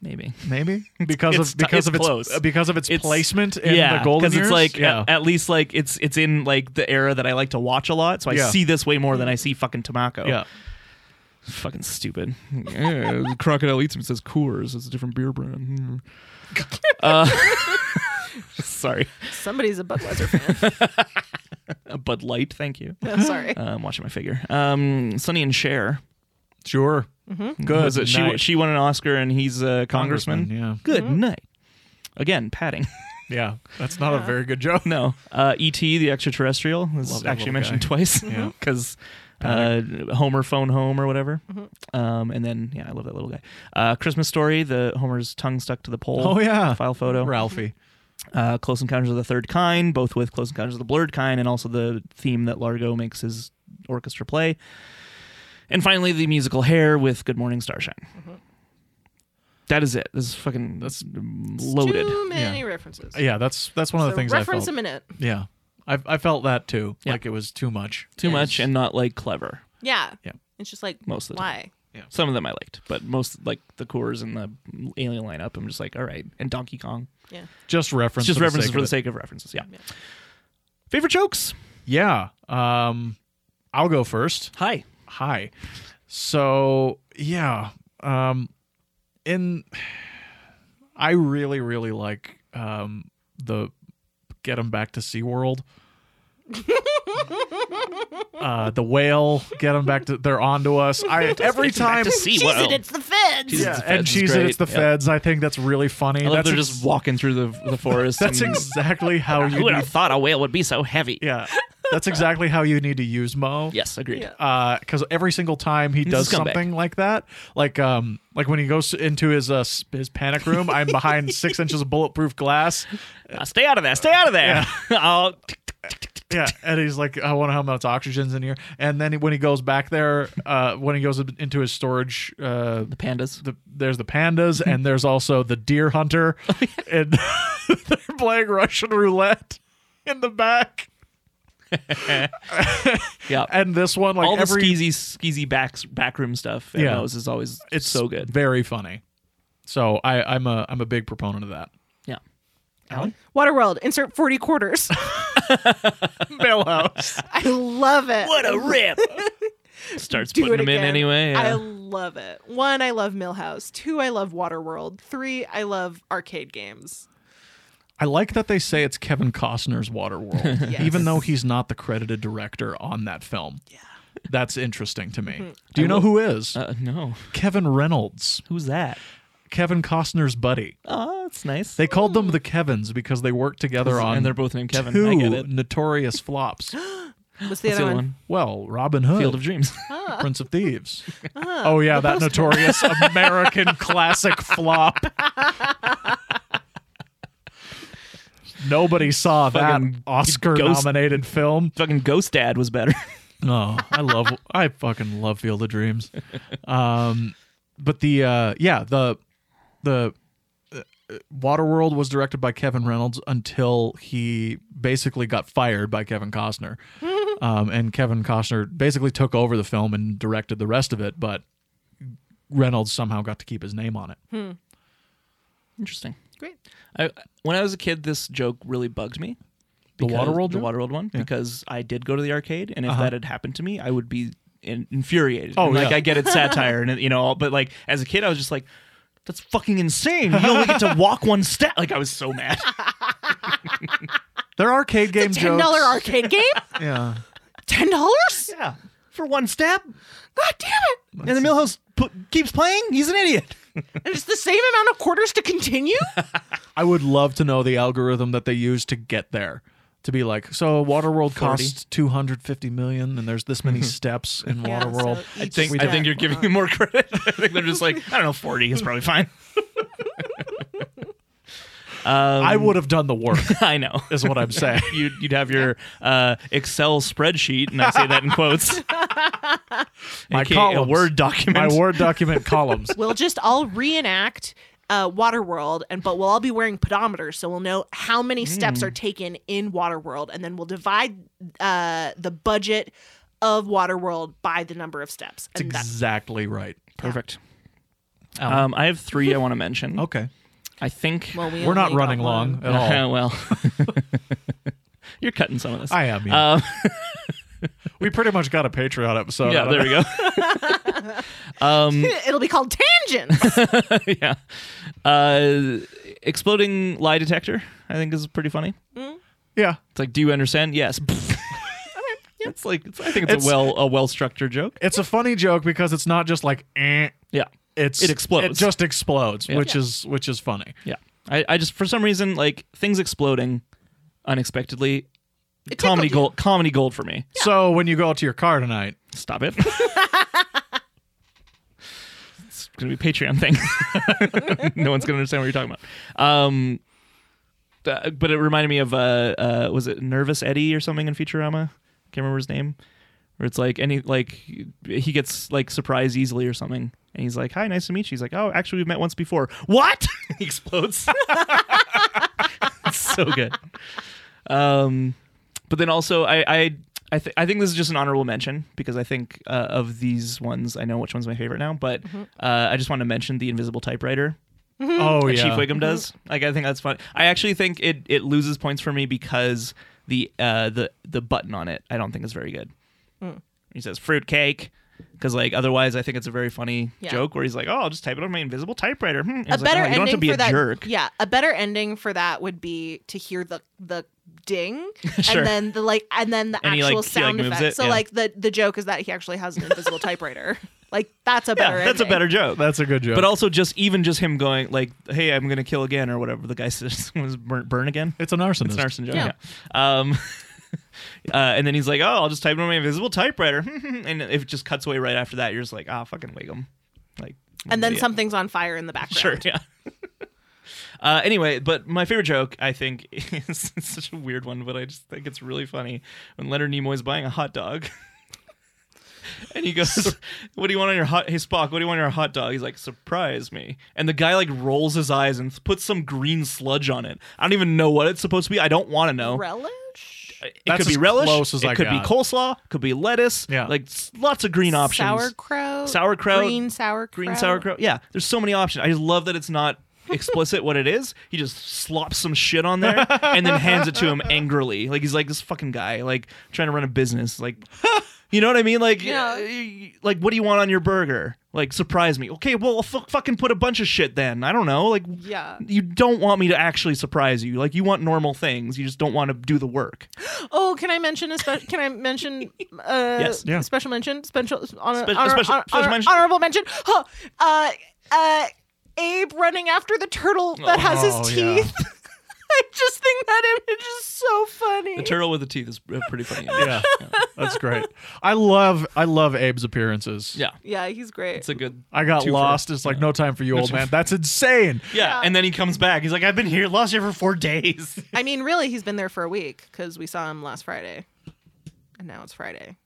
Maybe maybe because it's of t- because it's of its close. uh, because of its, It's- placement in the golden because years. it's like uh, a- yeah. at, least like it's it's in like the era that I like to watch a lot, so I Yeah. see this way more than I see fucking tobacco. yeah. fucking stupid. Crocodile eats him. Says Coors. It's a different beer brand. Sorry, Somebody's a Budweiser fan. a Uh, Bud Light, thank you. I'm sorry. Uh, I'm watching my figure. Um, Sonny and Cher. Sure. Good. Was it? She night. she won an Oscar and he's a congressman. Yeah. Good night. Again, padding. Yeah. That's not a very good joke. no, uh, E.T. the extraterrestrial was that little actually mentioned guy. twice because uh, Homer phone home or whatever. Mm-hmm. Um, and then yeah, I love that little guy. Uh, Christmas story, the Homer's tongue stuck to the pole. Oh, yeah. file photo. Ralphie. uh, Close Encounters of the Third Kind, both with Close Encounters of the Blurred Kind and also the theme that Largo makes his orchestra play. And finally, the musical Hair with Good Morning Starshine. Mm-hmm. That is it. This is fucking that's loaded. Too many references. Yeah, that's that's one of the So things I reference felt. a minute. yeah. I I felt that too. Yeah. Like it was too much. Too much and not like clever. Yeah. Yeah. It's just like Most of the why? Some of them I liked, but most like the Coors and the Alien lineup, I'm just like, all right. And Donkey Kong. Yeah. Just reference. It's just for the references sake for of the it. sake of references. Yeah. Favorite jokes? Yeah. Um, I'll go first. Hi. Hi. So yeah. Um, in I really really like um the get them back to SeaWorld. uh, the whale get them back to they're onto us. I every time. to see Jeez, and it's the feds. Jeez, Yeah, It's the and Feds is cheese it. great. It's the Yeah. feds. I think that's really funny. I love that's they're ex- just walking through the the forest. that's and- exactly how you. Who would Need, have thought a whale would be so heavy? yeah, that's exactly how you need to use Mo. Yes, agreed. Yeah. because uh, every single time he does a scumbag. something like that, like um, like when he goes into his uh, s- his panic room, I'm behind six inches of bulletproof glass. Uh, stay out of there. Stay out of there. oh, Yeah, and he's like, I wonder how much oxygen's in here. And then when he goes back there, uh, when he goes into his storage, uh, the pandas. the, there's the pandas, and there's also the deer hunter, Oh, and they're playing Russian roulette in the back. Yeah. And this one, like All the every skeezy, skeezy back, backroom stuff. Yeah. Yeah. Those is always it's so good. very funny. So I, I'm a I'm a big proponent of that. Yeah. Waterworld, insert 40 quarters. Millhouse. I love it. What a rip. Starts Do putting it them again. in anyway. I Yeah. love it. One, I love Millhouse. Two, I love Waterworld. Three, I love arcade games. I like that they say it's Kevin Costner's Waterworld, Yes. even though he's not the credited director on that film. Yeah. That's interesting to me. Do you know who is? Mm-hmm. uh, no. Kevin Reynolds, Who's that? Kevin Costner's buddy. Oh, that's nice. They called them the Kevins because they worked together on and they're both named Kevin. I get two it. notorious flops. What's the That's other the one? other one. Well, Robin Hood, Field of Dreams. Uh, Prince of Thieves. oh yeah, that notorious American classic flop. Nobody saw that Fucking Oscar-nominated film. Fucking Ghost Dad was better. Oh, I love, I fucking love Field of Dreams. Um, but the uh, yeah, the the uh, Waterworld was directed by Kevin Reynolds until he basically got fired by Kevin Costner, um, and Kevin Costner basically took over the film and directed the rest of it, but. Reynolds somehow got to keep his name on it. Interesting. Great. I, when I was a kid, this joke really bugged me. The Waterworld the joke? Waterworld Uh-huh. one, because I did go to the arcade, and if that had happened to me, I would be in, infuriated. Oh, And, like yeah. I get it's satire, and you know, but like as a kid, I was just like, "That's fucking insane! You only get to walk one step." Like I was so mad. They're arcade game $10 jokes. arcade game? yeah, $10? yeah, for one step, God damn it. and the Millhouse pu- keeps playing. He's an idiot. And it's the same amount of quarters to continue? I would love to know the algorithm that they use to get there. To be like, so Waterworld costs two hundred fifty million, and there's this many steps in Yeah, Waterworld. so I each think I step- think you're giving him more credit. I think they're just like, I don't know, forty is probably fine. I would have done the work, I know. is what I'm saying. You'd, you'd have your uh, Excel spreadsheet, and I say that in quotes. My AKA a columns. Word My document. word document columns. We'll just all reenact uh, Waterworld, and but we'll all be wearing pedometers, so we'll know how many steps Mm. are taken in Waterworld, and then we'll divide uh, the budget of Waterworld by the number of steps. And that's Exactly right. Perfect. Um, I have three I want to mention. Oh. Okay, I think. Oh, well, we we're not only got running long one. at all. well, you're cutting some of this. I am. Yeah. Um, we pretty much got a Patreon episode. yeah, out of there it. we go. It'll be called tangents. yeah. Uh, exploding lie detector, I think, is pretty funny. Yeah, It's like, do you understand? Yes. It's like it's, I think it's, It's- a well a well structured joke. It's a funny joke because it's not just like eh. Yeah, It's It explodes. It just explodes, Yeah. which is which is funny. yeah. I, I just for some reason like things exploding unexpectedly. It tickled comedy you. gold, comedy gold for me. So when you go out to your car tonight, Stop it. it's gonna be a Patreon thing. no one's gonna understand what you're talking about. Um, uh, but it reminded me of uh, uh, was it Nervous Eddie or something in Futurama? Can't remember his name. Where it's like any like he gets like surprised easily or something, and he's like, "Hi, nice to meet you." He's like, "Oh, actually, we've met once before." What? he explodes. It's so good. Um, but then also, I I I, th- I think this is just an honorable mention because I think uh, of these ones, I know which one's my favorite now. But Mm-hmm. uh, I just want to mention the Invisible Typewriter oh that yeah, Chief Mm-hmm. Wiggum does. Like, I think that's fun. I actually think it it loses points for me because the uh the the button on it I don't think is very good. Mm. He says fruitcake. Because like otherwise, I think it's a very funny Yeah. joke where he's like, "Oh, I'll just type it on my invisible typewriter." Hmm. And a it's like, better "No, you ending don't have to be for a that. jerk. Yeah, a better ending for that would be to hear the the ding Sure. and then the like and then the And he, like- actual he, like, sound moves effect. it, So yeah. like the the joke is that he actually has an invisible typewriter. Like that's a Yeah, better. that's a ending. better joke. that's a good joke. But also, just even just him going like, "Hey, I'm gonna kill again" or whatever the guy says was burn, burn again. it's an arsonist. It's an arson joke. Yeah. Yeah. Um, uh, and then he's like, "Oh, I'll just type it on my invisible typewriter," and if it just cuts away right after that, you're just like, "Ah, fucking Wiggum." Like, And then idiot. something's on fire in the background. Sure, yeah. Uh, anyway, but my favorite joke, I think, is it's such a weird one, but I just think it's really funny when Leonard Nimoy's buying a hot dog. and he goes, What do you want on your hot Hey Spock, what do you want on your hot dog? He's like, Surprise me. And the guy like rolls his eyes and puts some green sludge on it. I don't even know what it's supposed to be. I don't want to know. Relish, it That's could be as relish. close as it I could got. be coleslaw. Could be lettuce. Yeah. like s- lots of green options sauerkraut, Sauerkraut. green sauerkraut, green sauerkraut. Yeah, there's so many options. I just love that it's not explicit what it is. He just slops some shit on there and then hands it to him angrily. Like he's like this fucking guy, like trying to run a business. Like, you know what I mean? Like, Yeah. uh, y- like what do you want on your burger? Like, surprise me. Okay, well, I'll fu- fucking put a bunch of shit then. I don't know. Like, Yeah. you don't want me to actually surprise you. Like, you want normal things. You just don't want to do the work. Oh, can I mention a special? Can I mention uh, Yes. Yeah. special mention? Special honor, Spe- a honor, special- honor- special honor- mention? honorable mention. Huh. Uh, uh, Abe running after the turtle that has his Oh, yeah. teeth. I just think that image is so funny. The turtle with the teeth is a pretty funny. yeah, that's great. I love I love Abe's appearances. Yeah. yeah, he's great. It's a good. I got Two for- lost. It's like no time for you, old man. That's insane. Yeah, and then he comes back. He's like, I've been here, lost here for four days. I mean, really, he's been there for a week because we saw him last Friday, and now it's Friday.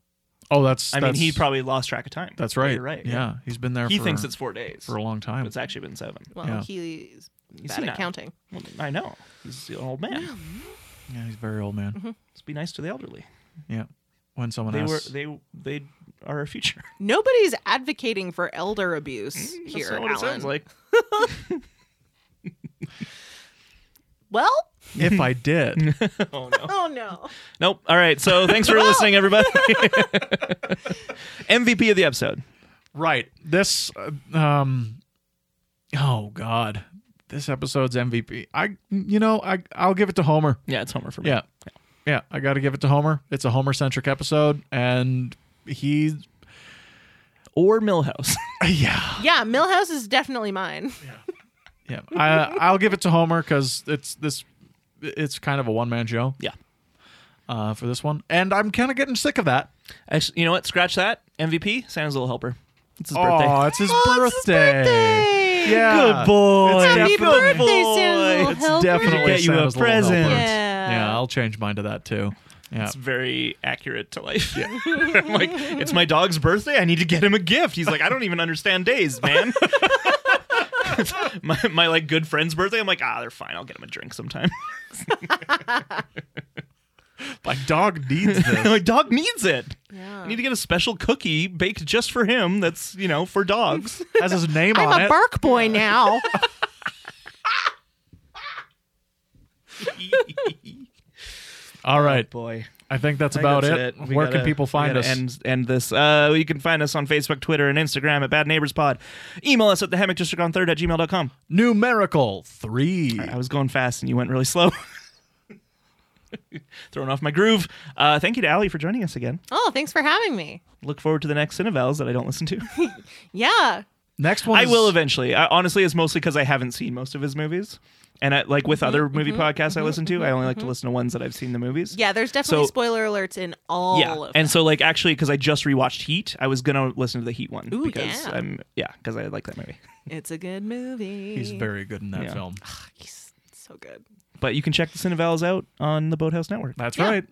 Oh, that's I mean, that's- he probably lost track of time. that's But right. You're right. Yeah, he's been there. He for, thinks it's four days. for a long but time. it's actually been seven. Well, Yeah. he's He's bad senile. at counting. Well, I know. He's an old man. Yeah, he's a very old man. Let's be nice to the elderly. Yeah, when someone They were. asks, They. They are our future. Nobody's advocating for elder Mm, abuse here, That's not what it Alan. sounds like. Well, if I did, Oh no. oh no. nope. All right. So thanks for listening, everybody. MVP of the episode. right? This, uh, um, oh god, this episode's MVP. I, you know, I I'll give it to Homer. Yeah, it's Homer for me. Yeah, yeah, I got to give it to Homer. It's a Homer centric episode, and he, Or Millhouse. yeah. Yeah, Millhouse is definitely mine. Yeah, I, I'll give it to Homer because it's this, it's kind of a one man show yeah. uh, for this one, and I'm kind of getting sick of that. Actually, you know what? Scratch that. MVP. Santa's little helper. It's his Oh, birthday. it's his Oh, it's his birthday. birthday. Yeah, Good boy. It's Happy definitely- birthday, Santa's little It's helper. Definitely Get you a Santa's little present. helper. Yeah. yeah, I'll change mine to that too. Yeah, It's very accurate to life. I'm like, it's my dog's birthday. I need to get him a gift. He's like, I don't even understand days, man. my, my like good friend's birthday. I'm like, ah, they're fine. I'll get him a drink sometime. my dog needs my this. dog needs it. Yeah. I need to get a special cookie baked just for him. That's you know for dogs. Has his name on I'm a it. bark boy now. All right, Boy. I think that's about it. We Where can gotta- people we find gotta us? End, end this. Uh, you can find us on Facebook, Twitter, and Instagram at Bad Neighbors Pod. Email us at the hammock district on third at gmail.com. Numerical three. I was going fast and you went really slow. thrown off my groove. Uh, thank you to Allie for joining us again. Oh, thanks for having me. Look forward to the next Cinevals that I don't listen to. Yeah. Next one. I is- will eventually. I, honestly, it's mostly because I haven't seen most of his movies, and I, like Mm-hmm, with other movie podcasts I listen to, I only like to listen to ones that I've seen the movies. Yeah, there's definitely So- spoiler alerts in all yeah. of And so like actually, because I just rewatched Heat, I was gonna listen to the Heat one Ooh, because yeah. I'm yeah because I like that movie. It's a good movie. He's very good in that Yeah. film. He's so good. But you can check the Cinevals out on the Boathouse Network. That's Yeah. right.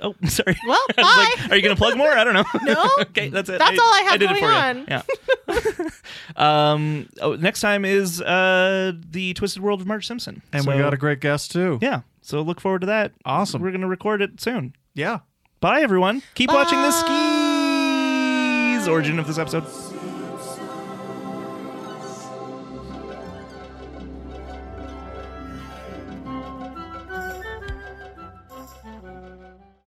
Oh, sorry. Well, I bye. was like, are you going to plug more? I don't know. No. okay, that's it. That's all I have did it going for you. on. Yeah. um. Oh, next time is uh the Twisted World of Marge Simpson, And So, we got a great guest too. yeah. So look forward to that. Awesome. We're going to record it soon. yeah. Bye, everyone. Keep watching the Bye. skis. Origin of this episode.